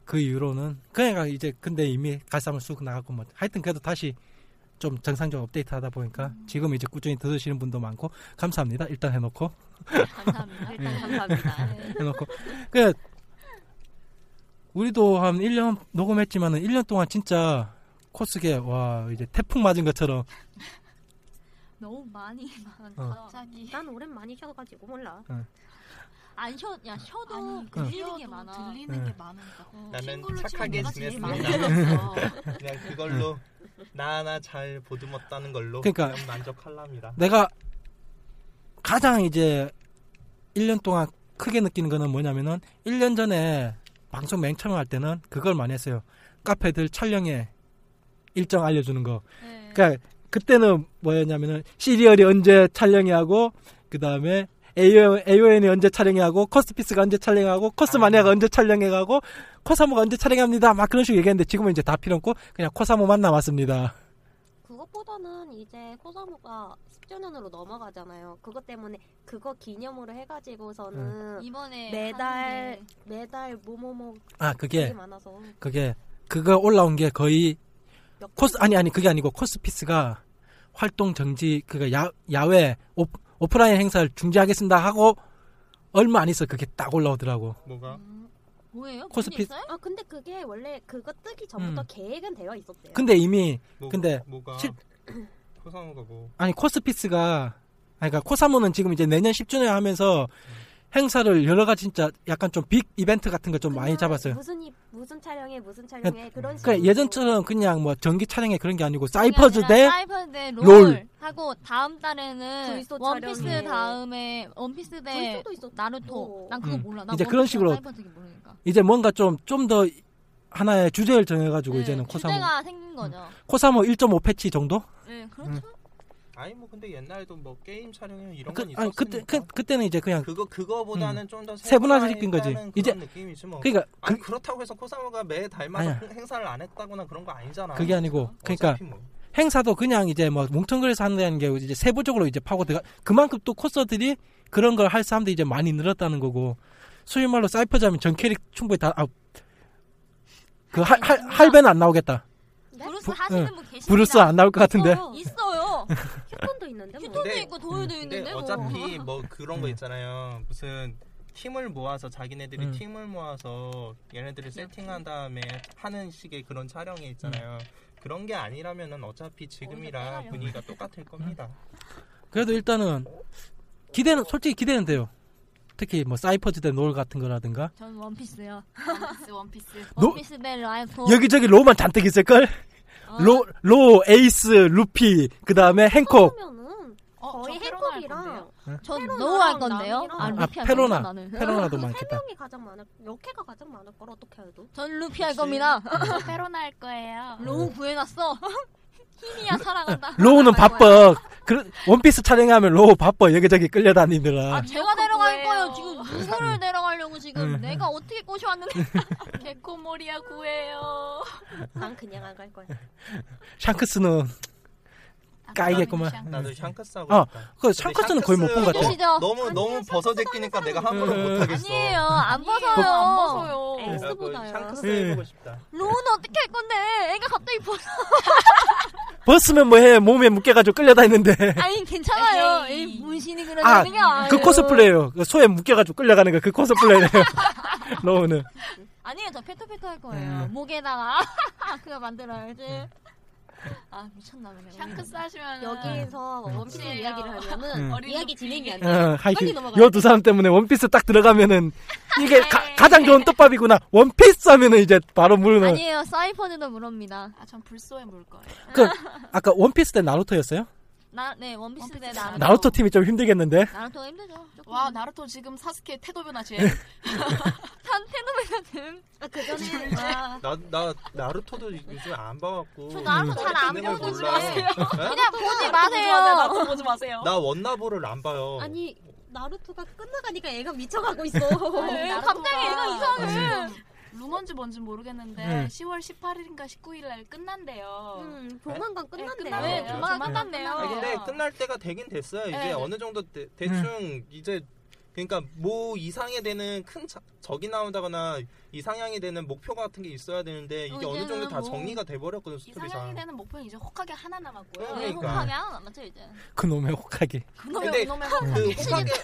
[SPEAKER 3] 그 이후로는 그러니까 이제 근데 이미 갈삼을 쑥 나가고 뭐 하여튼 그래도 다시 좀 정상적으로 업데이트하다 보니까 지금 이제 꾸준히 들으시는 분도 많고 감사합니다 일단 해놓고
[SPEAKER 6] 감사합니다. 일단 감사합니다. 네.
[SPEAKER 3] 해놓고 그 우리도 한 1년 녹음했지만은 1년 동안 진짜 코스게 와 이제 태풍 맞은 것처럼
[SPEAKER 6] 너무 많이 많다.
[SPEAKER 3] 어.
[SPEAKER 2] 갑자기
[SPEAKER 7] 난 오랜 많이 쉬어가지고 몰라.
[SPEAKER 6] 안 쉬어 야 쉬어도
[SPEAKER 7] 그
[SPEAKER 2] 아니,
[SPEAKER 4] 네.
[SPEAKER 6] 들리는 게
[SPEAKER 2] 들려도
[SPEAKER 6] 많아.
[SPEAKER 2] 들리는
[SPEAKER 3] 네.
[SPEAKER 2] 게 많으니까.
[SPEAKER 6] 어. 네.
[SPEAKER 4] 나는
[SPEAKER 2] 친구로 치면
[SPEAKER 4] 착하게
[SPEAKER 2] 내가 제일 많이
[SPEAKER 4] 지냈습니다.
[SPEAKER 2] 들었어.
[SPEAKER 4] 그냥 그걸로 나 하나 잘 보듬었다는 걸로
[SPEAKER 3] 음. 그러니까.
[SPEAKER 4] 그냥 만족할랍니다.
[SPEAKER 3] 내가 가장 이제 1년 동안 크게 느끼는 거는 뭐냐면은 1년 전에 방송 맨 처음 할 때는 그걸 많이 했어요. 카페들 촬영에 일정 알려주는 거.
[SPEAKER 6] 네.
[SPEAKER 3] 그러니까 그때는 뭐였냐면은 시리얼이 언제 촬영이 하고 그 다음에 AON이 언제 촬영이 하고 코스피스가 언제 촬영하고 코스마니아가 언제 촬영해 가고 코사모가 언제 촬영합니다 막 그런 식으로 얘기했는데 지금은 이제 다 필요 없고 그냥 코사모만 남았습니다.
[SPEAKER 7] 그것보다는 이제 코사모가 10주년으로 넘어가잖아요. 그것 때문에 그거 기념으로 해가지고서는
[SPEAKER 6] 이번에
[SPEAKER 7] 네. 매달
[SPEAKER 6] 하는 게
[SPEAKER 7] 매달 뭐뭐뭐
[SPEAKER 3] 아
[SPEAKER 7] 되게
[SPEAKER 4] 네.
[SPEAKER 3] 그게
[SPEAKER 7] 많아서
[SPEAKER 3] 그게 그거 올라온 게 거의
[SPEAKER 7] 몇
[SPEAKER 3] 코스 아니 아니 그게 아니고 코스피스가 활동 정지 그거 야 야외 오, 오프라인 행사를 중지하겠습니다 하고 얼마 안 있어 그게 딱 올라오더라고.
[SPEAKER 4] 뭐가
[SPEAKER 6] 음, 뭐예요?
[SPEAKER 3] 코스피-
[SPEAKER 6] 코스피 있어요?
[SPEAKER 7] 아 근데 그게 원래 그거 뜨기 전부터
[SPEAKER 3] 음.
[SPEAKER 7] 계획은 되어 있었대요.
[SPEAKER 3] 근데 이미
[SPEAKER 4] 뭐,
[SPEAKER 3] 근데
[SPEAKER 4] 뭐가
[SPEAKER 3] 실-
[SPEAKER 4] 코상호가 뭐
[SPEAKER 3] 아니 코스피스가 아니, 그러니까 코사모는 지금 이제 내년 10주년 하면서 행사를 여러 가지 진짜 약간 좀 빅 이벤트 같은 거 좀 많이
[SPEAKER 7] 그냥
[SPEAKER 3] 잡았어요.
[SPEAKER 7] 무슨 이- 무슨 촬영에 무슨 촬영에 그런
[SPEAKER 3] 그러니까
[SPEAKER 7] 식으로.
[SPEAKER 3] 예전처럼 그냥 뭐 전기 촬영회 그런 게 아니고
[SPEAKER 6] 그게
[SPEAKER 3] 사이퍼즈
[SPEAKER 6] 아니라
[SPEAKER 3] 대
[SPEAKER 6] 사이퍼즈 대 롤,
[SPEAKER 3] 롤.
[SPEAKER 6] 하고 다음 달에는
[SPEAKER 7] 불소
[SPEAKER 6] 원피스
[SPEAKER 7] 촬영이에요.
[SPEAKER 6] 다음에 원피스 대
[SPEAKER 7] 벌써도 있었.
[SPEAKER 6] 나루토.
[SPEAKER 7] 어.
[SPEAKER 6] 난 그거
[SPEAKER 3] 음.
[SPEAKER 6] 몰라. 난
[SPEAKER 3] 이제 그런
[SPEAKER 6] 원피스랑
[SPEAKER 3] 식으로
[SPEAKER 6] 사이퍼즈밖에 모르니까.
[SPEAKER 3] 이제 뭔가 좀 좀 더 하나의 주제를 정해가지고
[SPEAKER 6] 네,
[SPEAKER 3] 이제는 음. 코사모
[SPEAKER 6] 주제가 생긴 거죠.
[SPEAKER 3] 코사모 1.5 패치 정도?
[SPEAKER 6] 네, 그렇죠.
[SPEAKER 4] 아니 뭐 근데 옛날에도 뭐 게임 촬영이나 이런
[SPEAKER 3] 그,
[SPEAKER 4] 건
[SPEAKER 3] 아니
[SPEAKER 4] 있었으니까.
[SPEAKER 3] 그때 그, 그때는 이제 그냥 음.
[SPEAKER 4] 그거 그거보다는 좀 더
[SPEAKER 3] 세분화를 시킨 거지. 이제-
[SPEAKER 4] 이제 느낌이지 뭐.
[SPEAKER 3] 그러니까 그,
[SPEAKER 4] 아니 그렇다고 해서 코사모가 매 달마다
[SPEAKER 3] 아니야.
[SPEAKER 4] 흥- 행사를 안 했다거나 그런 거 아니잖아.
[SPEAKER 3] 그게 아니고 그러니까
[SPEAKER 4] 어차피 뭐.
[SPEAKER 3] 행사도 그냥 이제 뭐 뭉텅그려서 한다는 게 이제 세부적으로 이제 파고 들어가 그만큼 또 코스들이 그런 걸 할 사람들이 이제 많이 늘었다는 거고 소위 말로 사이퍼자면 전 캐릭 충분히 다 아, 그 할, 할, 할배는 안 나오겠다.
[SPEAKER 7] 네?
[SPEAKER 6] 브루스 그 하시는 분 계십니다.
[SPEAKER 3] 브루스 안 나올 것 같은데.
[SPEAKER 6] 어, 있어요.
[SPEAKER 7] 휴톤도 있는데 뭐.
[SPEAKER 6] 휴톤도
[SPEAKER 4] 근데-
[SPEAKER 6] 있고
[SPEAKER 3] 네,
[SPEAKER 6] 도요도 있는데
[SPEAKER 4] 근데
[SPEAKER 6] 뭐.
[SPEAKER 4] 어차피 뭐 그런 거
[SPEAKER 3] 음.
[SPEAKER 4] 있잖아요. 무슨 팀을 모아서 자기네들이
[SPEAKER 3] 음.
[SPEAKER 4] 팀을 모아서 얘네들을 세팅한 다음에 하는 식의 그런 촬영이 있잖아요.
[SPEAKER 3] 음.
[SPEAKER 4] 그런 게 아니라면은 어차피 지금이랑
[SPEAKER 6] 때려요.
[SPEAKER 4] 분위기가
[SPEAKER 3] 음.
[SPEAKER 4] 똑같을 겁니다.
[SPEAKER 3] 그래도 일단은 기대는 솔직히 기대는 돼요. 특히 뭐 사이퍼즈 대 노을 같은 거라든가
[SPEAKER 6] 전 원피스요.
[SPEAKER 7] 그
[SPEAKER 2] 원피스 원피스
[SPEAKER 3] 노-
[SPEAKER 6] 원피스 벨
[SPEAKER 7] 어.
[SPEAKER 6] 라이프.
[SPEAKER 3] 여기저기 로만 잔뜩 있을 걸.
[SPEAKER 6] 어,
[SPEAKER 3] 로, 로, 에이스, 루피, 그 다음에 행콕.
[SPEAKER 7] 그러면은
[SPEAKER 2] 어,
[SPEAKER 7] 거의
[SPEAKER 2] 저 페로나 할
[SPEAKER 7] 행콕이랑
[SPEAKER 2] 건데요.
[SPEAKER 6] 전
[SPEAKER 7] 페로나랑
[SPEAKER 6] 노우 할 건데요.
[SPEAKER 7] 남이랑-
[SPEAKER 6] 아,
[SPEAKER 7] 아,
[SPEAKER 6] 루피 할
[SPEAKER 3] 페로나.
[SPEAKER 6] 겁니다, 나는.
[SPEAKER 3] 페로나도
[SPEAKER 7] 그세
[SPEAKER 3] 많겠다.
[SPEAKER 7] 명이 가장 많을 역해가 가장 많을 걸 어떻게 해도.
[SPEAKER 6] 전 루피 할
[SPEAKER 4] 그치.
[SPEAKER 6] 겁니다.
[SPEAKER 2] 저 페로나 할 거예요.
[SPEAKER 6] 로우 구해놨어. 힘이야 사랑한다.
[SPEAKER 7] 아,
[SPEAKER 3] 로우는 바빠. 그 원피스 촬영하면 로우 바빠. 여기저기 끌려다니느라.
[SPEAKER 6] 아, 제가 데려갈 거예요.
[SPEAKER 2] 뭐예요?
[SPEAKER 6] 지금 누구를 데려가려고
[SPEAKER 3] 음.
[SPEAKER 6] 지금 내가 어떻게 꼬셔왔는데
[SPEAKER 2] 개코모리야 구해요.
[SPEAKER 7] 난 그냥 안 갈 거야.
[SPEAKER 3] 샹크스는
[SPEAKER 7] 아,
[SPEAKER 3] 까이겠구만.
[SPEAKER 4] 나도 샹크스하고
[SPEAKER 3] 음. 아,
[SPEAKER 4] 싶다.
[SPEAKER 3] 그 샹크스는 거의 못 본 것 같아.
[SPEAKER 6] 샹크스- 같아.
[SPEAKER 4] 너무 너무 벗어제 끼니까 내가 함부로
[SPEAKER 3] 음.
[SPEAKER 4] 못 하겠어.
[SPEAKER 6] 아니에요. 안 벗어요. 네.
[SPEAKER 2] 안 벗어요.
[SPEAKER 7] 에이. S보다요.
[SPEAKER 4] 그 샹크스
[SPEAKER 3] 예.
[SPEAKER 4] 해보고 싶다.
[SPEAKER 6] 로우는 어떻게 할 건데? 애가 갑자기 벗어.
[SPEAKER 3] 벗으면 뭐해. 몸에 묶여가지고 끌려다니는데.
[SPEAKER 6] 아니 괜찮아요.
[SPEAKER 2] 에이.
[SPEAKER 6] 이 문신이
[SPEAKER 3] 아,
[SPEAKER 6] 그러는 게 아니에요.
[SPEAKER 3] 그 코스플레이요. 그 소에 묶여가지고 끌려가는 거. 그 코스플레이네요. 로우는.
[SPEAKER 6] 아니에요. 저 페토페토 할 거예요.
[SPEAKER 3] 음.
[SPEAKER 6] 목에다가 그거
[SPEAKER 3] 네.
[SPEAKER 6] 만들어야지. 아 미쳤나 보네.
[SPEAKER 2] 샹크스 하시면
[SPEAKER 7] 여기에서 원피스
[SPEAKER 2] 음.
[SPEAKER 7] 이야기를 하면은
[SPEAKER 3] 음.
[SPEAKER 7] 어린 이야기 진행이 안 돼.
[SPEAKER 3] 어,
[SPEAKER 7] 빨리
[SPEAKER 3] 네. 하여튼
[SPEAKER 7] 넘어가요. 네.
[SPEAKER 3] 요 두 사람 때문에 원피스 딱 들어가면은 이게 가, 가장 좋은 떡밥이구나. 원피스 하면은 이제 바로 물는.
[SPEAKER 6] 아니에요. 사이퍼즈도 물어봅니다.
[SPEAKER 2] 아전 불소에 물 거예요.
[SPEAKER 3] 그 아까 원피스 때 나루토였어요?
[SPEAKER 6] 나네 원피스 대
[SPEAKER 2] 원피스
[SPEAKER 7] 아,
[SPEAKER 6] 나루토.
[SPEAKER 3] 나루토 팀이 좀 힘들겠는데.
[SPEAKER 6] 나루토가 힘들죠. 조금.
[SPEAKER 2] 와 나루토 지금 사스케 태도 변화 제
[SPEAKER 6] 한테노메가 등.
[SPEAKER 7] 아, 그 전에 아,
[SPEAKER 4] 나 나 나루토도 요즘 안 봐갖고. 음.
[SPEAKER 6] 저 나루토 잘안
[SPEAKER 4] 재밌는 걸
[SPEAKER 6] 보는데.
[SPEAKER 4] 몰라. 예?
[SPEAKER 6] 그냥 보지 마세요.
[SPEAKER 2] 뭐
[SPEAKER 6] 음,
[SPEAKER 2] 나루토 보지 마세요.
[SPEAKER 4] 나 원나보를 안 봐요.
[SPEAKER 7] 아니 나루토가 끝나가니까 애가 미쳐가고 있어.
[SPEAKER 2] 아니,
[SPEAKER 6] 왜?
[SPEAKER 2] 나루토가
[SPEAKER 6] 갑자기 애가 이상해.
[SPEAKER 2] 지금 루머인지 뭔지 모르겠는데
[SPEAKER 3] 네.
[SPEAKER 6] 음.
[SPEAKER 2] 10월 18일인가 19일 날 끝난대요.
[SPEAKER 7] 음, 조만간 끝난대.
[SPEAKER 2] 끝나요.
[SPEAKER 6] 네,
[SPEAKER 2] 네,
[SPEAKER 6] 조만간
[SPEAKER 2] 조만간
[SPEAKER 6] 끝났네요.
[SPEAKER 4] 아 근데
[SPEAKER 2] 어.
[SPEAKER 4] 끝날 때가 되긴 됐어요. 이제
[SPEAKER 2] 네.
[SPEAKER 4] 어느 정도 대, 충 이제 그러니까 뭐 이상에 되는 큰 자- 적이 나온다거나 이상향이 되는 목표 같은 게 있어야 되는데 이게
[SPEAKER 6] 어,
[SPEAKER 4] 어, 느
[SPEAKER 6] 이제는
[SPEAKER 4] 정도 다
[SPEAKER 6] 뭐
[SPEAKER 4] 정리가 돼버렸거든 스토리상.
[SPEAKER 2] 이상향이 되는 목표는 이제 혹하게 하나 남았고요.
[SPEAKER 6] 왜
[SPEAKER 4] 그러니까.
[SPEAKER 6] 네, 혹하게 안 남았죠 이제.
[SPEAKER 3] 그놈의 혹하게.
[SPEAKER 2] 그놈의
[SPEAKER 4] 근데
[SPEAKER 2] 그놈의 혹.
[SPEAKER 4] 그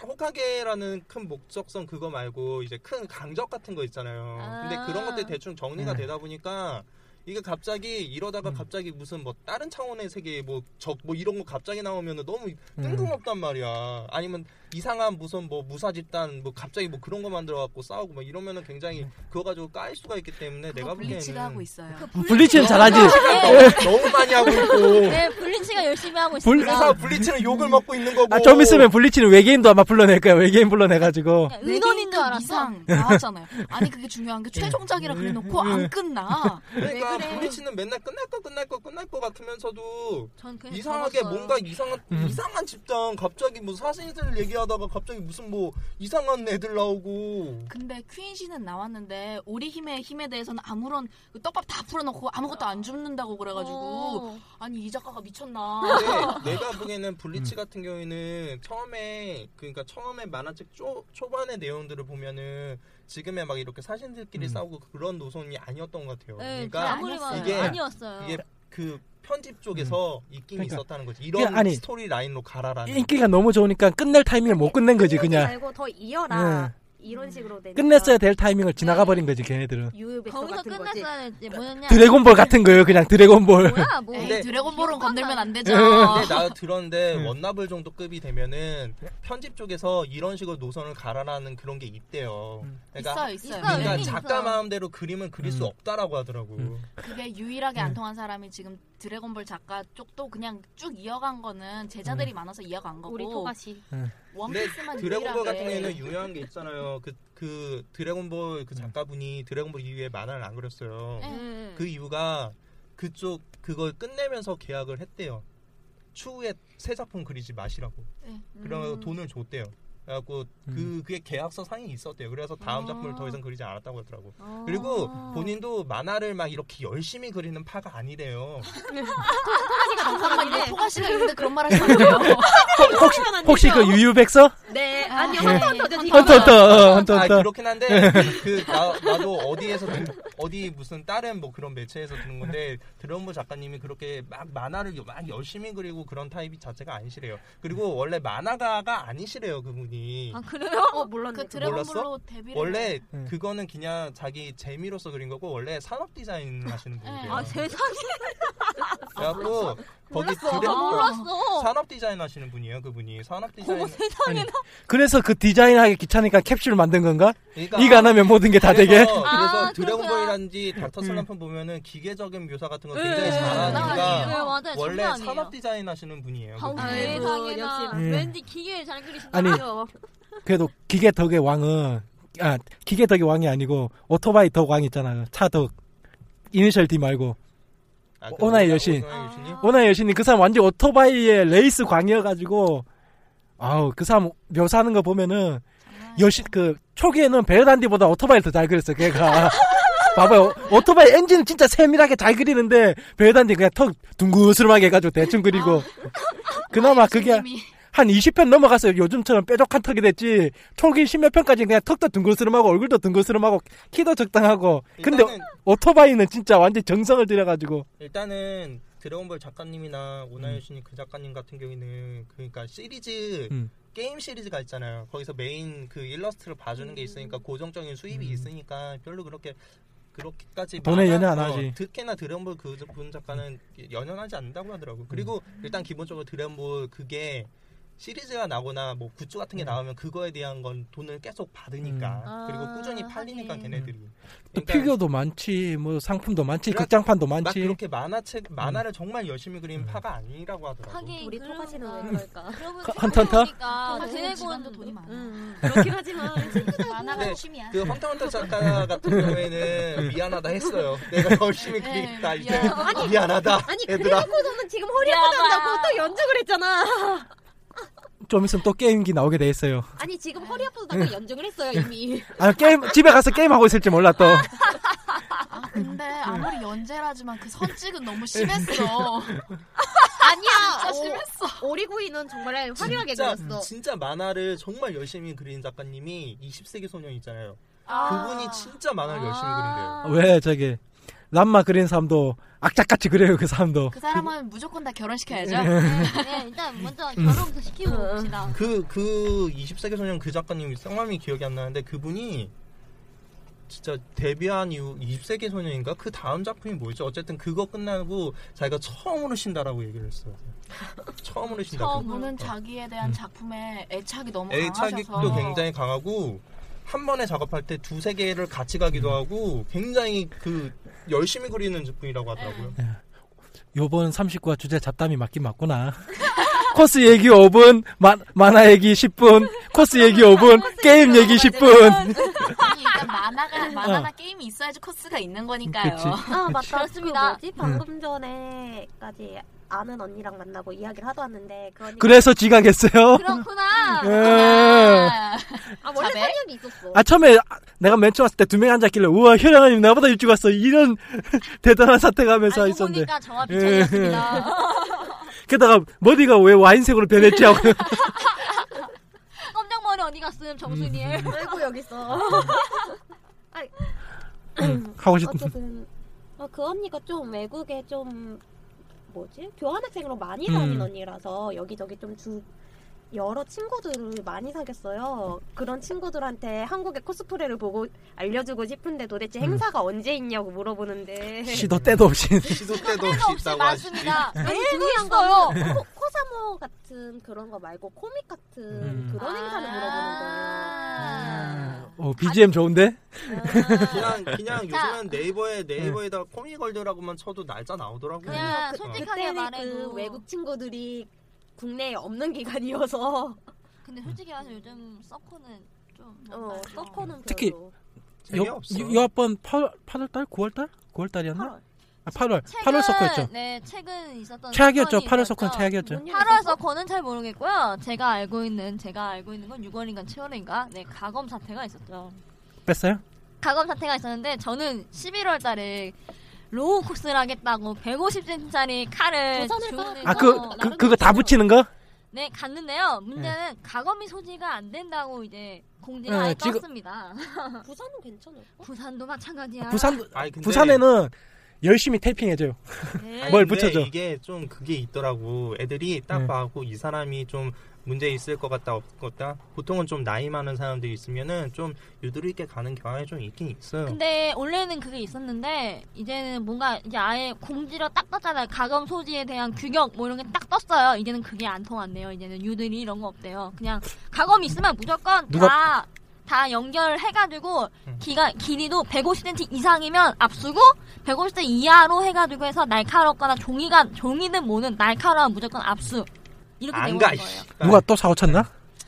[SPEAKER 4] 호카게 호카게라는 큰 목적성 그거 말고 이제 큰 강적 같은 거 있잖아요. 근데
[SPEAKER 6] 아.
[SPEAKER 4] 그런 것들 대충 정리가
[SPEAKER 3] 네.
[SPEAKER 4] 되다 보니까 이게 갑자기 이러다가
[SPEAKER 3] 음.
[SPEAKER 4] 갑자기 무슨 뭐 다른 차원의 세계 뭐적뭐 이런 거 갑자기 나오면 은 너무
[SPEAKER 3] 음.
[SPEAKER 4] 뜬금없단 말이야. 아니면 이상한 무슨 뭐 무사 집단 뭐 갑자기 뭐 그런 거 만들어 갖고 싸우고 막 이러면은
[SPEAKER 3] 네.
[SPEAKER 4] 굉장히 그거 가지고 까일 수가 있기 때문에
[SPEAKER 2] 그거
[SPEAKER 4] 내가 보기에는
[SPEAKER 2] 블리치가 하고
[SPEAKER 3] 아,
[SPEAKER 2] 있어요.
[SPEAKER 3] 블리치는 잘하지.
[SPEAKER 6] 네,
[SPEAKER 4] 너무 많이 하고 있고
[SPEAKER 6] 네 블리치가 열심히 하고
[SPEAKER 3] 블-
[SPEAKER 6] 있습니다. 네,
[SPEAKER 4] 그래서 블리치는 욕을 먹고 있는 거고.
[SPEAKER 3] 아, 좀 있으면 블리치는 외계인도 아마 불러낼 거야. 외계인 불러내가지고.
[SPEAKER 6] 그러니까 의논인 줄 알았어.
[SPEAKER 2] 이상 나왔잖아요. 아니 그게 중요한 게 최종작이라 그래놓고
[SPEAKER 6] 음.
[SPEAKER 2] 안 끝나.
[SPEAKER 4] 그러니까
[SPEAKER 2] 왜 그래?
[SPEAKER 4] 블리치는 맨날 끝날 거 끝날 거 끝날 거 같으면서도
[SPEAKER 6] 전 그냥
[SPEAKER 4] 이상하게
[SPEAKER 6] 접었어요.
[SPEAKER 4] 뭔가 이상한
[SPEAKER 3] 음.
[SPEAKER 4] 이상한 집단 갑자기 뭐 사신들 얘기하다가 갑자기 무슨 뭐 이상한 애들 나오고
[SPEAKER 2] 근데 퀸 씨는 나왔는데 오리 힘의 힘에 대해서는 아무런 그 떡밥 다 풀어놓고 아무것도 안 줍는다고
[SPEAKER 7] 어.
[SPEAKER 2] 그래가지고
[SPEAKER 6] 오.
[SPEAKER 2] 아니 이 작가가 미쳤나.
[SPEAKER 4] 근데 내가 보기에는
[SPEAKER 3] 음.
[SPEAKER 4] 블리치 같은 경우에는 처음에 그러니까 처음에 만화책 초, 초반의 내용들을 보면은 지금의 막 이렇게 사신들끼리
[SPEAKER 3] 음.
[SPEAKER 4] 싸우고 그런 노선이 아니었던 것 같아요.
[SPEAKER 6] 네,
[SPEAKER 4] 그러니까
[SPEAKER 6] 아무리 봐도
[SPEAKER 4] 이게-
[SPEAKER 6] 아니었어요.
[SPEAKER 4] 이게 그 편집 쪽에서 입김이
[SPEAKER 3] 그러니까.
[SPEAKER 4] 있었다는 거지. 이런
[SPEAKER 3] 그게 아니-
[SPEAKER 4] 스토리 라인으로 가라라는.
[SPEAKER 3] 인기가 너무 좋으니까 끝낼 타이밍을 못 끝낸 거지,
[SPEAKER 7] 끝내지
[SPEAKER 3] 그냥. 네.
[SPEAKER 7] 말고 더 이어라. 이런 식으로 되니까.
[SPEAKER 3] 끝냈어야 될 타이밍을 지나가버린 거지, 걔네들은.
[SPEAKER 7] 유유백서
[SPEAKER 6] 거기서
[SPEAKER 7] 같은 거지.
[SPEAKER 6] 끝났어야 했지 뭐였냐?
[SPEAKER 3] 드래곤볼 같은 거예요, 그냥 드래곤볼.
[SPEAKER 6] 뭐야 뭐?
[SPEAKER 2] 에이
[SPEAKER 4] 네. 근데-
[SPEAKER 2] 드래곤볼은 건들면 안 되죠.
[SPEAKER 3] 아.
[SPEAKER 4] 근데 네, 나 들었는데
[SPEAKER 3] 음.
[SPEAKER 4] 원나블 정도 급이 되면은 편집 쪽에서 이런 식으로 노선을 가라라는 그런 게 있대요.
[SPEAKER 3] 음.
[SPEAKER 4] 그러니까
[SPEAKER 2] 있어요 있어요.
[SPEAKER 6] 있어요.
[SPEAKER 4] 그러니까
[SPEAKER 6] 있어.
[SPEAKER 4] 작가 마음대로 그림은 그릴 수
[SPEAKER 3] 음.
[SPEAKER 4] 없다라고 하더라고.
[SPEAKER 3] 음.
[SPEAKER 2] 그게 유일하게
[SPEAKER 3] 네.
[SPEAKER 2] 안 통한 사람이 지금 드래곤볼 작가 쪽도 그냥 쭉 이어간 거는 제자들이
[SPEAKER 4] 네.
[SPEAKER 2] 많아서 이어간 거고
[SPEAKER 7] 우리 토가시.
[SPEAKER 4] 근데
[SPEAKER 2] 원피스만
[SPEAKER 4] 드래곤볼
[SPEAKER 2] 유일하게
[SPEAKER 4] 같은 경우에는 유명한 게 있잖아요. 그, 그 드래곤볼 그 작가분이 드래곤볼 이후에 만화를 안 그렸어요.
[SPEAKER 2] 네.
[SPEAKER 6] 음.
[SPEAKER 4] 그 이유가 그쪽 그걸 끝내면서 계약을 했대요. 추후에 새 작품 그리지 마시라고.
[SPEAKER 2] 네.
[SPEAKER 4] 그러면서
[SPEAKER 6] 음.
[SPEAKER 4] 돈을 줬대요. 그래갖고 그 그게 계약서 상이 있었대요. 그래서
[SPEAKER 2] 아.
[SPEAKER 4] 다음 작품을 더 이상 그리지 않았다고 하더라고.
[SPEAKER 6] 어.
[SPEAKER 4] 그리고 본인도 만화를 막 이렇게 열심히 그리는 파가 아니래요.
[SPEAKER 7] 네.
[SPEAKER 2] 토가시가 남산만 이래 토가시가 있는데 그런 말 하시면 안 돼요.
[SPEAKER 3] 혹시 그 유유백서?
[SPEAKER 7] 네,
[SPEAKER 6] 아,
[SPEAKER 7] 아니요,
[SPEAKER 3] 예.
[SPEAKER 7] 헌터 헌터 저
[SPEAKER 3] 헌터 헌터
[SPEAKER 7] 뭐?
[SPEAKER 3] 어, 헌터
[SPEAKER 4] 아
[SPEAKER 3] 헌터
[SPEAKER 4] 그렇긴 한데
[SPEAKER 3] 네.
[SPEAKER 4] 그 나, 나도 어디에서 들- 어디 무슨 다른 뭐 그런 매체에서 들은 건데 드럼보 작가님이 그렇게 막 만화를 요- 막 열심히 그리고 그런 타입이 자체가 아니시래요. 그리고 원래 만화가가 아니시래요 그분이.
[SPEAKER 6] 아 그래요?
[SPEAKER 7] 어 몰랐네.
[SPEAKER 2] 그
[SPEAKER 7] 그
[SPEAKER 2] 드래곤볼로 데뷔를
[SPEAKER 4] 원래
[SPEAKER 3] 네.
[SPEAKER 4] 그거는 그냥 자기 재미로서 그린 거고 원래 산업 디자인을
[SPEAKER 2] 네.
[SPEAKER 4] 하시는 분이래요.
[SPEAKER 6] 아 세상에
[SPEAKER 4] 그래갖고
[SPEAKER 2] 아,
[SPEAKER 4] 거기
[SPEAKER 2] 몰랐어. 뭐,
[SPEAKER 4] 드래-
[SPEAKER 2] 아,
[SPEAKER 6] 몰랐어.
[SPEAKER 4] 산업 디자인 하시는 분이에요 그분이. 산업 디자인.
[SPEAKER 6] 어머 세상에.
[SPEAKER 3] 그래서 그 디자인하기 귀찮으니까 캡슐 만든 건가?
[SPEAKER 4] 그러니까
[SPEAKER 3] 이가 안 하면 모든 게 다
[SPEAKER 4] 그래서-
[SPEAKER 3] 되게 음.
[SPEAKER 4] 그래서
[SPEAKER 6] 아,
[SPEAKER 4] 드래곤볼이란지 닥터 슬럼프 보면은 기계적인 묘사 같은 거
[SPEAKER 6] 네,
[SPEAKER 4] 굉장히
[SPEAKER 6] 네,
[SPEAKER 4] 잘하니까
[SPEAKER 6] 네, 맞아요.
[SPEAKER 4] 원래
[SPEAKER 6] 장난 아니에요.
[SPEAKER 4] 산업 디자인 하시는 분이에요.
[SPEAKER 6] 아우
[SPEAKER 4] 그분이.
[SPEAKER 2] 네,
[SPEAKER 7] 아이고,
[SPEAKER 6] 세상에나
[SPEAKER 7] 역시.
[SPEAKER 3] 음.
[SPEAKER 6] 왠지 기계 잘 그리신다.
[SPEAKER 3] 아니. 그래도 기계 덕의 왕은 아 기계 덕의 왕이 아니고 오토바이 덕 왕 있잖아요. 차 덕. 이니셜 D 말고
[SPEAKER 4] 아, 그
[SPEAKER 3] 오나의 여신.
[SPEAKER 4] 오나의 여신이?
[SPEAKER 6] 아.
[SPEAKER 3] 오나의 여신이 그 사람 완전 오토바이의 레이스 광이어가지고 아우 그 사람 묘사하는 거 보면은 여신 그 초기에는 베르단디보다 오토바이를 더 잘 그렸어 걔가 봐봐요 오토바이 엔진을 진짜 세밀하게 잘 그리는데 베르단디 그냥 턱 둥그스름하게 해가지고 대충 그리고 그나마
[SPEAKER 2] 아,
[SPEAKER 3] 그게 한 20편 넘어가서 요즘처럼 뾰족한 턱이 됐지 초기 10몇편까지 그냥 턱도 둥글스름하고 얼굴도 둥글스름하고 키도 적당하고 근데
[SPEAKER 4] 일단은,
[SPEAKER 3] 오토바이는 진짜 완전 정성을 들여가지고
[SPEAKER 4] 일단은 드래곤볼 작가님이나 오나의 여신이 그 작가님 같은 경우에는 그러니까 시리즈
[SPEAKER 3] 음.
[SPEAKER 4] 게임 시리즈가 있잖아요. 거기서 메인 그 일러스트를 봐주는
[SPEAKER 2] 음.
[SPEAKER 4] 게 있으니까 고정적인 수입이 있으니까 별로 그렇게 그렇게까지
[SPEAKER 3] 음. 돈에
[SPEAKER 4] 많아-
[SPEAKER 3] 연연 안
[SPEAKER 4] 어,
[SPEAKER 3] 하지.
[SPEAKER 4] 특히나 드래곤볼 그분 작가는 연연하지 않는다고 하더라고. 그리고
[SPEAKER 3] 음.
[SPEAKER 4] 일단 기본적으로 드래곤볼 그게 시리즈가 나거나 뭐 굿즈 같은
[SPEAKER 3] 음.
[SPEAKER 4] 게 나오면 그거에 대한 건 돈을 계속 받으니까
[SPEAKER 2] 음. 아,
[SPEAKER 4] 그리고 꾸준히 팔리니까
[SPEAKER 2] 하긴.
[SPEAKER 4] 걔네들이
[SPEAKER 3] 또
[SPEAKER 4] 그러니까
[SPEAKER 3] 음. 피규어도 많지 뭐 상품도 많지
[SPEAKER 4] 그래-
[SPEAKER 3] 극장판도
[SPEAKER 4] 막
[SPEAKER 3] 많지
[SPEAKER 4] 그렇게 만화책 만화를 정말 열심히 그린 파가 아니라고 하더라고.
[SPEAKER 6] 하긴
[SPEAKER 7] 우리
[SPEAKER 6] 그런
[SPEAKER 7] 토가지는
[SPEAKER 6] 거야.
[SPEAKER 7] 왜 그럴까?
[SPEAKER 6] 여러분
[SPEAKER 3] 헌- 헌터?
[SPEAKER 6] 생각해보니까 네,
[SPEAKER 2] 드래곤도 돈이
[SPEAKER 6] 드래곤
[SPEAKER 2] 많아.
[SPEAKER 7] 아, 네. 음, 그렇긴 하지만
[SPEAKER 3] 네.
[SPEAKER 2] 만화가
[SPEAKER 4] 근데
[SPEAKER 2] 취미야.
[SPEAKER 4] 그 헌터헌터 작가 같은 경우에는 미안하다 했어요. 내가 열심히
[SPEAKER 2] 네,
[SPEAKER 4] 그리겠다 이제
[SPEAKER 2] 미안.
[SPEAKER 4] 미안하다
[SPEAKER 7] 아니
[SPEAKER 4] 얘들아.
[SPEAKER 7] 그래놓고서는 지금 허리 아프다 한다고 또 연주를 했잖아.
[SPEAKER 3] 좀 있으면 또 게임기 나오게 돼 있어요
[SPEAKER 7] 아니 지금 허리 아프다 고 연주를 했어요 이미.
[SPEAKER 3] 아 게임 집에 가서 게임하고 있을지 몰라 또
[SPEAKER 2] 아, 근데 아무리 연재라지만 그 선찍은 너무 심했어.
[SPEAKER 4] 네.
[SPEAKER 2] 아니야. 진짜 심했어.
[SPEAKER 7] 오리구이는 정말 화려하게
[SPEAKER 4] 진짜,
[SPEAKER 7] 그렸어.
[SPEAKER 4] 진짜 만화를 정말 열심히 그린 작가님이 20세기 소년 있잖아요.
[SPEAKER 6] 아.
[SPEAKER 4] 그분이 진짜 만화를 열심히 그린대요.
[SPEAKER 3] 왜 저기 람마 그린 사람도 악착같이 그래요 그 사람도
[SPEAKER 2] 그 사람은 무조건 다 결혼시켜야죠.
[SPEAKER 6] 네, 네, 일단 먼저 결혼부터 시키고 봅시다.
[SPEAKER 7] 음.
[SPEAKER 4] 그, 그 20세기 소년 그 작가님이 성함이 기억이 안 나는데 그분이 진짜 데뷔한 이후 20세기 소년인가? 그 다음 작품이 뭐였죠? 어쨌든 그거 끝나고 자기가 처음으로 쉰다라고 얘기를 했어요. 처음으로
[SPEAKER 6] 어,
[SPEAKER 4] 쉰다고. 그
[SPEAKER 2] 그분은 자기에 대한 작품에 애착이 너무
[SPEAKER 4] 음.
[SPEAKER 6] 아,
[SPEAKER 4] 애착도
[SPEAKER 2] 강하셔서
[SPEAKER 4] 굉장히 강하고 한 번에 작업할 때 두세 개를 같이 가기도 하고 굉장히 그 열심히 그리는 작품이라고 하더라고요.
[SPEAKER 3] 요번 39화 주제 잡담이 맞긴 맞구나 코스 얘기 5분 마, 만화 얘기 10분 코스 얘기 5분 게임 얘기 10분
[SPEAKER 2] 아니, 일단 만화가 만화나 게임이 있어야지 코스가 있는 거니까요.
[SPEAKER 3] 어. 그치.
[SPEAKER 7] 아 맞다.
[SPEAKER 6] 그렇습니다.
[SPEAKER 7] 그 뭐지 방금 전에까지 아는 언니랑 만나고 이야기를 하다 왔는데 그 언니.
[SPEAKER 3] 그래서 지각했어요
[SPEAKER 6] 그렇구나.
[SPEAKER 3] 예.
[SPEAKER 7] 아 원래
[SPEAKER 2] 자백?
[SPEAKER 7] 성향이 있었어.
[SPEAKER 3] 아 처음에 아, 내가 맨 처음 왔을 때 두 명이 앉았길래 우와 현영아님 나보다 일찍 왔어 이런 대단한 사태가면서
[SPEAKER 6] 알고
[SPEAKER 3] 있었는데 예.
[SPEAKER 6] 보니까 저와 비슷했습니다.
[SPEAKER 3] 게다가 머리가 왜 와인색으로 변했지 하고
[SPEAKER 6] 검정 머리 어디 갔음 정순이에.
[SPEAKER 7] 아이고 여기 있어.
[SPEAKER 3] 음, 하고 싶은
[SPEAKER 4] 음.
[SPEAKER 7] 어쨌든 어, 그 언니가 좀 외국에 좀 뭐지 교환학생으로 많이
[SPEAKER 3] 음.
[SPEAKER 7] 다닌 언니라서 여기저기 좀 주 여러 친구들을 많이 사귀었어요. 그런 친구들한테 한국의 코스프레를 보고 알려주고 싶은데 도대체
[SPEAKER 4] 음.
[SPEAKER 7] 행사가 언제 있냐고 물어보는데
[SPEAKER 3] 시도 때도 없이
[SPEAKER 4] 시도 때도
[SPEAKER 6] 때도 네. 없이
[SPEAKER 4] 음.
[SPEAKER 6] 맞습니다. 알고
[SPEAKER 7] 중요한
[SPEAKER 6] 있어요.
[SPEAKER 7] 코, 코사모 같은 그런 거 말고 코믹 같은
[SPEAKER 3] 음.
[SPEAKER 7] 그런
[SPEAKER 6] 아.
[SPEAKER 7] 행사를 물어보는 거예요.
[SPEAKER 6] 거예요.
[SPEAKER 3] 어, BGM 좋은데
[SPEAKER 7] 음.
[SPEAKER 4] 그냥 그냥
[SPEAKER 6] 자.
[SPEAKER 4] 요즘은 네이버에 네이버에다가 코미걸드라고만 쳐도 날짜 나오더라고요.
[SPEAKER 6] 그냥
[SPEAKER 4] 어.
[SPEAKER 6] 솔직히- 솔직하게
[SPEAKER 7] 그때는
[SPEAKER 6] 말해도.
[SPEAKER 7] 그 외국 친구들이 국내에 없는 기간이어서
[SPEAKER 6] 근데 솔직히 말해서 요즘 서커는 좀
[SPEAKER 7] 어,
[SPEAKER 6] 뭔가
[SPEAKER 7] 서커는
[SPEAKER 3] 특히
[SPEAKER 7] 별로.
[SPEAKER 4] 재미없어.
[SPEAKER 3] 요, 요번 8, 8월달? 9월달? 9월달이었나? 8월 8월 석고였죠
[SPEAKER 6] 네, 최근 있었던
[SPEAKER 3] 최악이었죠
[SPEAKER 6] 사건이 그렇죠.
[SPEAKER 3] 8월
[SPEAKER 6] 있었죠.
[SPEAKER 3] 석고는 최악이었죠
[SPEAKER 7] 뭔 일이
[SPEAKER 6] 8월
[SPEAKER 7] 있었어?
[SPEAKER 6] 서커는 잘 모르겠고요. 제가 알고 있는 제가 알고 있는 건 6월인가 7월인가 네 가검 사태가 있었죠.
[SPEAKER 3] 뺐어요?
[SPEAKER 6] 가검 사태가 있었는데 저는 11월 달에 로우 코스를 하겠다고 150cm짜리 칼을
[SPEAKER 7] 도전을
[SPEAKER 6] 주문해서
[SPEAKER 7] 아,
[SPEAKER 3] 그 아 그 그, 그거 다 붙이는 거?
[SPEAKER 6] 네, 갔는데요. 문제는 가거미 소지가 안 된다고 이제 공지가
[SPEAKER 3] 네,
[SPEAKER 6] 아예
[SPEAKER 3] 지금-
[SPEAKER 6] 떴습니다.
[SPEAKER 7] 부산은 괜찮아요.
[SPEAKER 6] 부산도 마찬가지야.
[SPEAKER 3] 부산
[SPEAKER 4] 아니, 근데-
[SPEAKER 3] 부산에는 열심히 테이핑해줘요.
[SPEAKER 6] 네.
[SPEAKER 4] 아니,
[SPEAKER 3] 뭘
[SPEAKER 4] 근데
[SPEAKER 3] 붙여줘?
[SPEAKER 4] 이게 좀 그게 있더라고. 애들이 딱
[SPEAKER 3] 네.
[SPEAKER 4] 봐갖고 이 사람이 좀 문제 있을 것 같다 없겠다. 보통은 좀 나이 많은 사람들이 있으면은 좀 유두리 있게 가는 경향이 좀 있긴 있어요.
[SPEAKER 6] 근데 원래는 그게 있었는데 이제는 뭔가 이제 아예 공지로 딱 떴잖아요. 가검 소지에 대한 규격 뭐 이런 게 딱 떴어요. 이제는 그게 안 통한대요. 이제는 유들이 이런 거 없대요. 그냥 가검 있으면 무조건
[SPEAKER 3] 누가-
[SPEAKER 6] 다. 다 연결해가지고
[SPEAKER 4] 음.
[SPEAKER 6] 기가 길이도 150cm 이상이면 앞수고 150cm 이하로 해가지고 해서 날카롭거나 종이가 종이든 뭐든 날카로운 무조건 앞수 이렇게
[SPEAKER 4] 안
[SPEAKER 6] 되는
[SPEAKER 4] 가.
[SPEAKER 6] 거예요.
[SPEAKER 4] 씨.
[SPEAKER 3] 누가 또 사고 쳤나?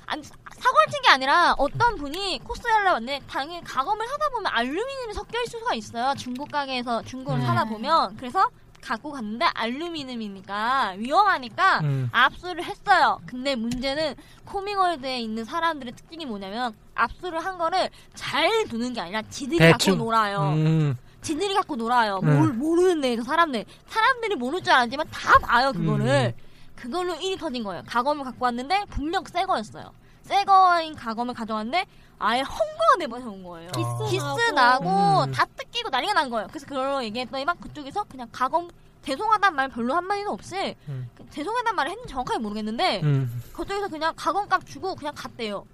[SPEAKER 6] 아니, 사- 사고를 친 게 아니라 어떤 분이 코스를 하려고 왔는데 당연히 가공을 하다 보면 알루미늄이 섞여 있을 수가 있어요. 중고 가게에서 중고를
[SPEAKER 3] 음.
[SPEAKER 6] 사다 보면 그래서 갖고 갔는데 알루미늄이니까 위험하니까
[SPEAKER 3] 음.
[SPEAKER 6] 압수를 했어요. 근데 문제는 코밍월드에 있는 사람들의 특징이 뭐냐면 압수를 한 거를 잘 두는 게 아니라 지들이
[SPEAKER 3] 대충.
[SPEAKER 6] 갖고 놀아요.
[SPEAKER 3] 음.
[SPEAKER 6] 지들이 갖고 놀아요.
[SPEAKER 3] 음.
[SPEAKER 6] 뭘 모르는 데에서 사람들 사람들이 모를 줄 알았지만 다 봐요 그거를
[SPEAKER 3] 음.
[SPEAKER 6] 그걸로 일이 터진 거예요. 가검을 갖고 왔는데 분명 새 거였어요. 새 거인 가검을 가져왔는데 아예 헝거가 내버려온 거예요.
[SPEAKER 4] 아.
[SPEAKER 6] 기스 나고
[SPEAKER 3] 음.
[SPEAKER 6] 다 뜯기고 난리가 난 거예요. 그래서 그걸로 얘기했더니만 그쪽에서 그냥 가검 죄송하단 말 별로 한 마디도 없이
[SPEAKER 3] 음.
[SPEAKER 6] 그 죄송하단 말을 했는지 정확하게 모르겠는데
[SPEAKER 3] 음.
[SPEAKER 6] 그쪽에서 그냥 가검값 주고 그냥 갔대요.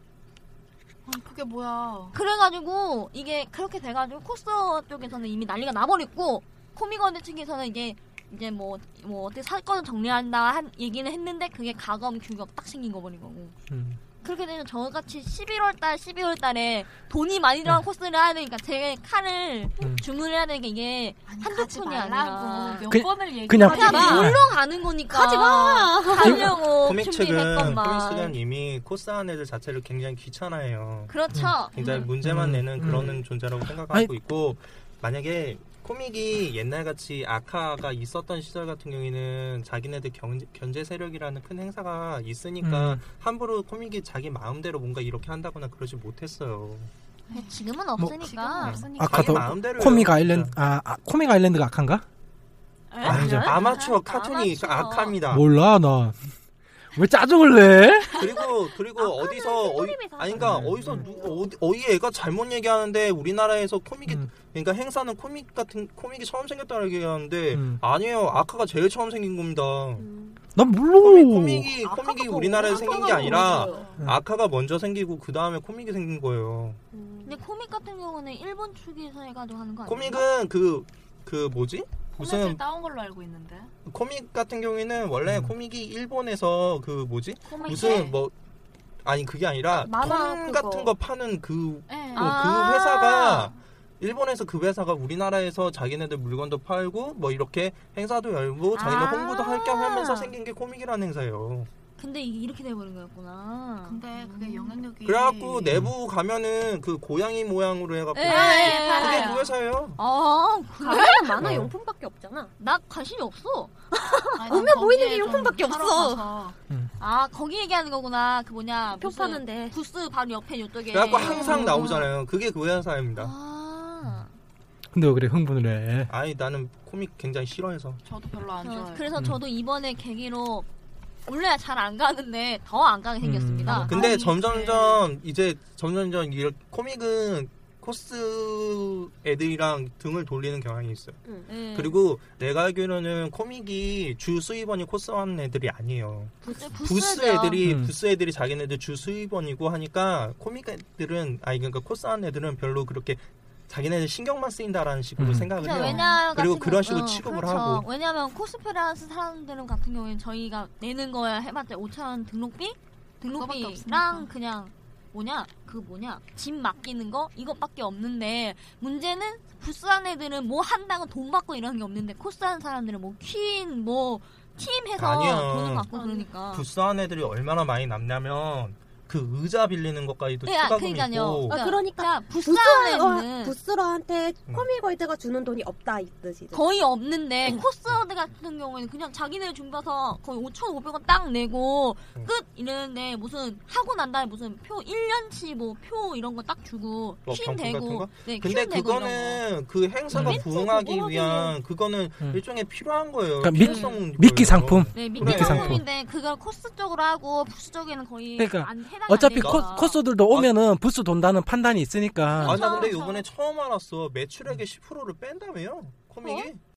[SPEAKER 2] 아니, 그게 뭐야?
[SPEAKER 6] 그래가지고 이게 그렇게 돼가지고 코스 쪽에서는 이미 난리가 나버렸고 코미건드 측에서는 이게 이제 뭐 뭐 어떻게 사건을 정리한다 한 얘기는 했는데 그게 가검 규격 딱 생긴 거 버린 거고
[SPEAKER 3] 음.
[SPEAKER 6] 그렇게 되면 저같이 11월달 12월달에 돈이 많이 들어간 코스를 해야 되니까 제 칼을
[SPEAKER 3] 음.
[SPEAKER 6] 주문을 해야 되니까 이게
[SPEAKER 2] 아니,
[SPEAKER 6] 한두
[SPEAKER 2] 가지
[SPEAKER 6] 푼이 아니라.
[SPEAKER 2] 말라고 뭐 몇
[SPEAKER 3] 그-
[SPEAKER 2] 번을 얘기해.
[SPEAKER 3] 그냥
[SPEAKER 6] 그냥
[SPEAKER 3] 마.
[SPEAKER 6] 놀러 가는 거니까 가지마 가려고
[SPEAKER 4] 코믹
[SPEAKER 6] 어, 준비된
[SPEAKER 4] 책은
[SPEAKER 6] 것만
[SPEAKER 4] 코믹스는 이미 코스한 애들 자체를 굉장히 귀찮아해요.
[SPEAKER 6] 그렇죠
[SPEAKER 4] 굉장히 문제만
[SPEAKER 3] 음.
[SPEAKER 4] 내는
[SPEAKER 3] 음.
[SPEAKER 4] 그런 존재라고 생각하고
[SPEAKER 3] 아니.
[SPEAKER 4] 있고 만약에 코믹이 옛날같이 아카가 있었던 시절 같은 경우에는 자기네들 경제, 견제 세력이라는 큰 행사가 있으니까
[SPEAKER 3] 음.
[SPEAKER 4] 함부로 코믹이 자기 마음대로 뭔가 이렇게 한다거나 그러지 못했어요.
[SPEAKER 6] 음, 지금은
[SPEAKER 3] 뭐-
[SPEAKER 2] 지금은
[SPEAKER 6] 없으니까
[SPEAKER 2] 없으니까.
[SPEAKER 3] 아까 더
[SPEAKER 4] 마음대로
[SPEAKER 3] 코믹 아일랜드 아, 아 코믹 아일랜드가 악한가?
[SPEAKER 6] 에?
[SPEAKER 3] 아니죠.
[SPEAKER 4] 아마추어 카툰이
[SPEAKER 6] 아마추어.
[SPEAKER 4] 악합니다.
[SPEAKER 3] 몰라 나. 왜 짜증을 내?
[SPEAKER 4] 그리고 아, 그리고 어디서 어이
[SPEAKER 7] 팬더림에서
[SPEAKER 4] 아니 그러니까
[SPEAKER 3] 하잖아요.
[SPEAKER 4] 어디서
[SPEAKER 3] 음.
[SPEAKER 4] 누, 어디 어이 애가 잘못 얘기하는데 우리나라에서 코믹이
[SPEAKER 3] 음.
[SPEAKER 4] 그러니까 행사는 코믹 같은 코믹이 처음 생겼다고 얘기하는데
[SPEAKER 3] 음.
[SPEAKER 4] 아니에요 아카가 제일 처음 생긴 겁니다.
[SPEAKER 3] 난
[SPEAKER 4] 코믹,
[SPEAKER 3] 몰라.
[SPEAKER 4] 코믹이 코믹이 우리나라에서 생긴 게 아니라
[SPEAKER 3] 음.
[SPEAKER 4] 아카가 먼저 생기고 그 다음에 코믹이 생긴 거예요.
[SPEAKER 6] 근데 코믹 같은 경우는 일본 축에서 해가지고 하는 거 아니에요?
[SPEAKER 4] 코믹은 그 그 뭐지 무슨
[SPEAKER 2] 무슨 따온 걸로 알고 있는데.
[SPEAKER 4] 코믹 같은 경우에는 원래
[SPEAKER 3] 음.
[SPEAKER 4] 코믹이 일본에서 그 뭐지
[SPEAKER 2] 코믹
[SPEAKER 4] 무슨 뭐 아니 그게 아니라
[SPEAKER 6] 만화
[SPEAKER 4] 통
[SPEAKER 6] 그거.
[SPEAKER 4] 같은 거 파는 그
[SPEAKER 2] 네.
[SPEAKER 4] 그
[SPEAKER 6] 아.
[SPEAKER 4] 회사가 일본에서 그 회사가 우리나라에서 자기네들 물건도 팔고 뭐 이렇게 행사도 열고 자기네
[SPEAKER 6] 아.
[SPEAKER 4] 홍보도 할 겸 하면서 생긴 게 코믹이라는 행사예요.
[SPEAKER 6] 근데 이게 이렇게 돼버린 거였구나.
[SPEAKER 2] 근데 그게 영향력이.
[SPEAKER 4] 그래갖고 내부 가면은 그 고양이 모양으로 해갖고
[SPEAKER 6] 예,
[SPEAKER 4] 그게
[SPEAKER 6] 예, 예.
[SPEAKER 2] 그게
[SPEAKER 4] 그 회사예요.
[SPEAKER 6] 아, 그래?
[SPEAKER 7] 가면은 만화
[SPEAKER 4] 어.
[SPEAKER 7] 용품밖에 없잖아.
[SPEAKER 6] 나 관심이 없어.
[SPEAKER 7] 보면 보이는 게 용품밖에 없어.
[SPEAKER 6] 아, 거기 얘기하는 거구나. 그 뭐냐.
[SPEAKER 7] 표
[SPEAKER 6] 무슨
[SPEAKER 7] 파는데.
[SPEAKER 6] 부스 바로 옆에 이쪽에.
[SPEAKER 4] 그래갖고 항상 나오잖아요. 그게 그 회사입니다.
[SPEAKER 6] 아.
[SPEAKER 3] 근데 왜 그래 흥분을 해?
[SPEAKER 4] 아니 나는 코믹 굉장히 싫어해서
[SPEAKER 2] 저도 별로 안
[SPEAKER 6] 저-
[SPEAKER 2] 좋아해요.
[SPEAKER 6] 그래서
[SPEAKER 3] 음.
[SPEAKER 6] 저도 이번에 계기로 원래 잘 안 가는데 더 안 가게 생겼습니다.
[SPEAKER 3] 음.
[SPEAKER 4] 근데
[SPEAKER 2] 아니,
[SPEAKER 4] 점점점 이제 점점점 이 코믹은 코스 애들이랑 등을 돌리는 경향이 있어요.
[SPEAKER 6] 예.
[SPEAKER 4] 그리고 내가 알기로는 코믹이 주 수입원이 코스하는 애들이 아니에요.
[SPEAKER 6] 부스,
[SPEAKER 4] 부스
[SPEAKER 6] 애들.
[SPEAKER 4] 애들이
[SPEAKER 3] 음.
[SPEAKER 4] 부스 애들이 자기네들 주 수입원이고 하니까 코믹 애들은 아니 그러니까 코스하는 애들은 별로 그렇게 자기네들 신경만 쓰인다라는 식으로
[SPEAKER 3] 음.
[SPEAKER 4] 생각을
[SPEAKER 6] 그렇죠.
[SPEAKER 4] 해요.
[SPEAKER 6] 왜냐
[SPEAKER 4] 그리고
[SPEAKER 6] 같은
[SPEAKER 4] 그런
[SPEAKER 6] 경우-
[SPEAKER 4] 식으로
[SPEAKER 6] 어,
[SPEAKER 4] 취급을
[SPEAKER 6] 그렇죠.
[SPEAKER 4] 하고.
[SPEAKER 6] 왜냐하면 코스프레 하는 사람들은 같은 경우에는 저희가 내는 거야 해봤자 5천 원 등록비,
[SPEAKER 2] 그거밖에
[SPEAKER 6] 등록비랑
[SPEAKER 2] 없으니까.
[SPEAKER 6] 그냥 뭐냐 그 뭐냐 집 맡기는 거 이것밖에 없는데 문제는 부스 한 애들은 뭐 한다고 돈 받고 이런 게 없는데 코스 하는 사람들은 뭐 뭐퀸뭐팀 해서
[SPEAKER 4] 아니야.
[SPEAKER 6] 돈을 받고 그러니까
[SPEAKER 4] 부스한 애들이 얼마나 많이 남냐면 그 의자 빌리는 것까지도
[SPEAKER 6] 네, 아,
[SPEAKER 4] 추가금이
[SPEAKER 6] 그러니까요.
[SPEAKER 4] 있고
[SPEAKER 7] 아, 그러니까
[SPEAKER 6] 부산에는
[SPEAKER 7] 부스러한테
[SPEAKER 4] 음.
[SPEAKER 7] 코미걸드가 주는 돈이 없다 이
[SPEAKER 4] 네.
[SPEAKER 7] 뜻이죠.
[SPEAKER 6] 거의 없는데 코스어드 같은 경우에는 그냥 자기네 준비해서 거의 5,500원 딱 내고
[SPEAKER 4] 음.
[SPEAKER 6] 끝 이러는데 무슨 하고 난 다음에 무슨 표 1년치 뭐 표 이런 거 딱 주고
[SPEAKER 4] 뭐
[SPEAKER 6] 퀸
[SPEAKER 4] 방금 같은
[SPEAKER 6] 되고
[SPEAKER 4] 거?
[SPEAKER 6] 네,
[SPEAKER 4] 근데
[SPEAKER 6] 퀸 되고 이런 거.
[SPEAKER 4] 그거는 그 행사가
[SPEAKER 3] 음.
[SPEAKER 4] 부흥하기
[SPEAKER 7] 그거는-
[SPEAKER 4] 위한 그거는
[SPEAKER 3] 음.
[SPEAKER 4] 일종의 필요한 거예요.
[SPEAKER 3] 그러니까 미-
[SPEAKER 4] 필요성 거예요.
[SPEAKER 3] 미끼 상품.
[SPEAKER 6] 네,
[SPEAKER 4] 그래.
[SPEAKER 6] 미끼 상품인데 그걸 코스 쪽으로 하고 부스 쪽에는 거의
[SPEAKER 3] 그러니까
[SPEAKER 6] 안 해당이
[SPEAKER 3] 어차피
[SPEAKER 6] 안
[SPEAKER 3] 코,
[SPEAKER 6] 되니까.
[SPEAKER 3] 코스들도 오면은 부스 돈다는 판단이 있으니까
[SPEAKER 4] 아, 나
[SPEAKER 6] 그렇죠,
[SPEAKER 4] 근데
[SPEAKER 6] 그렇죠.
[SPEAKER 4] 요번에 처음 알았어. 매출액의 10%를 뺀다며요? 코믹이?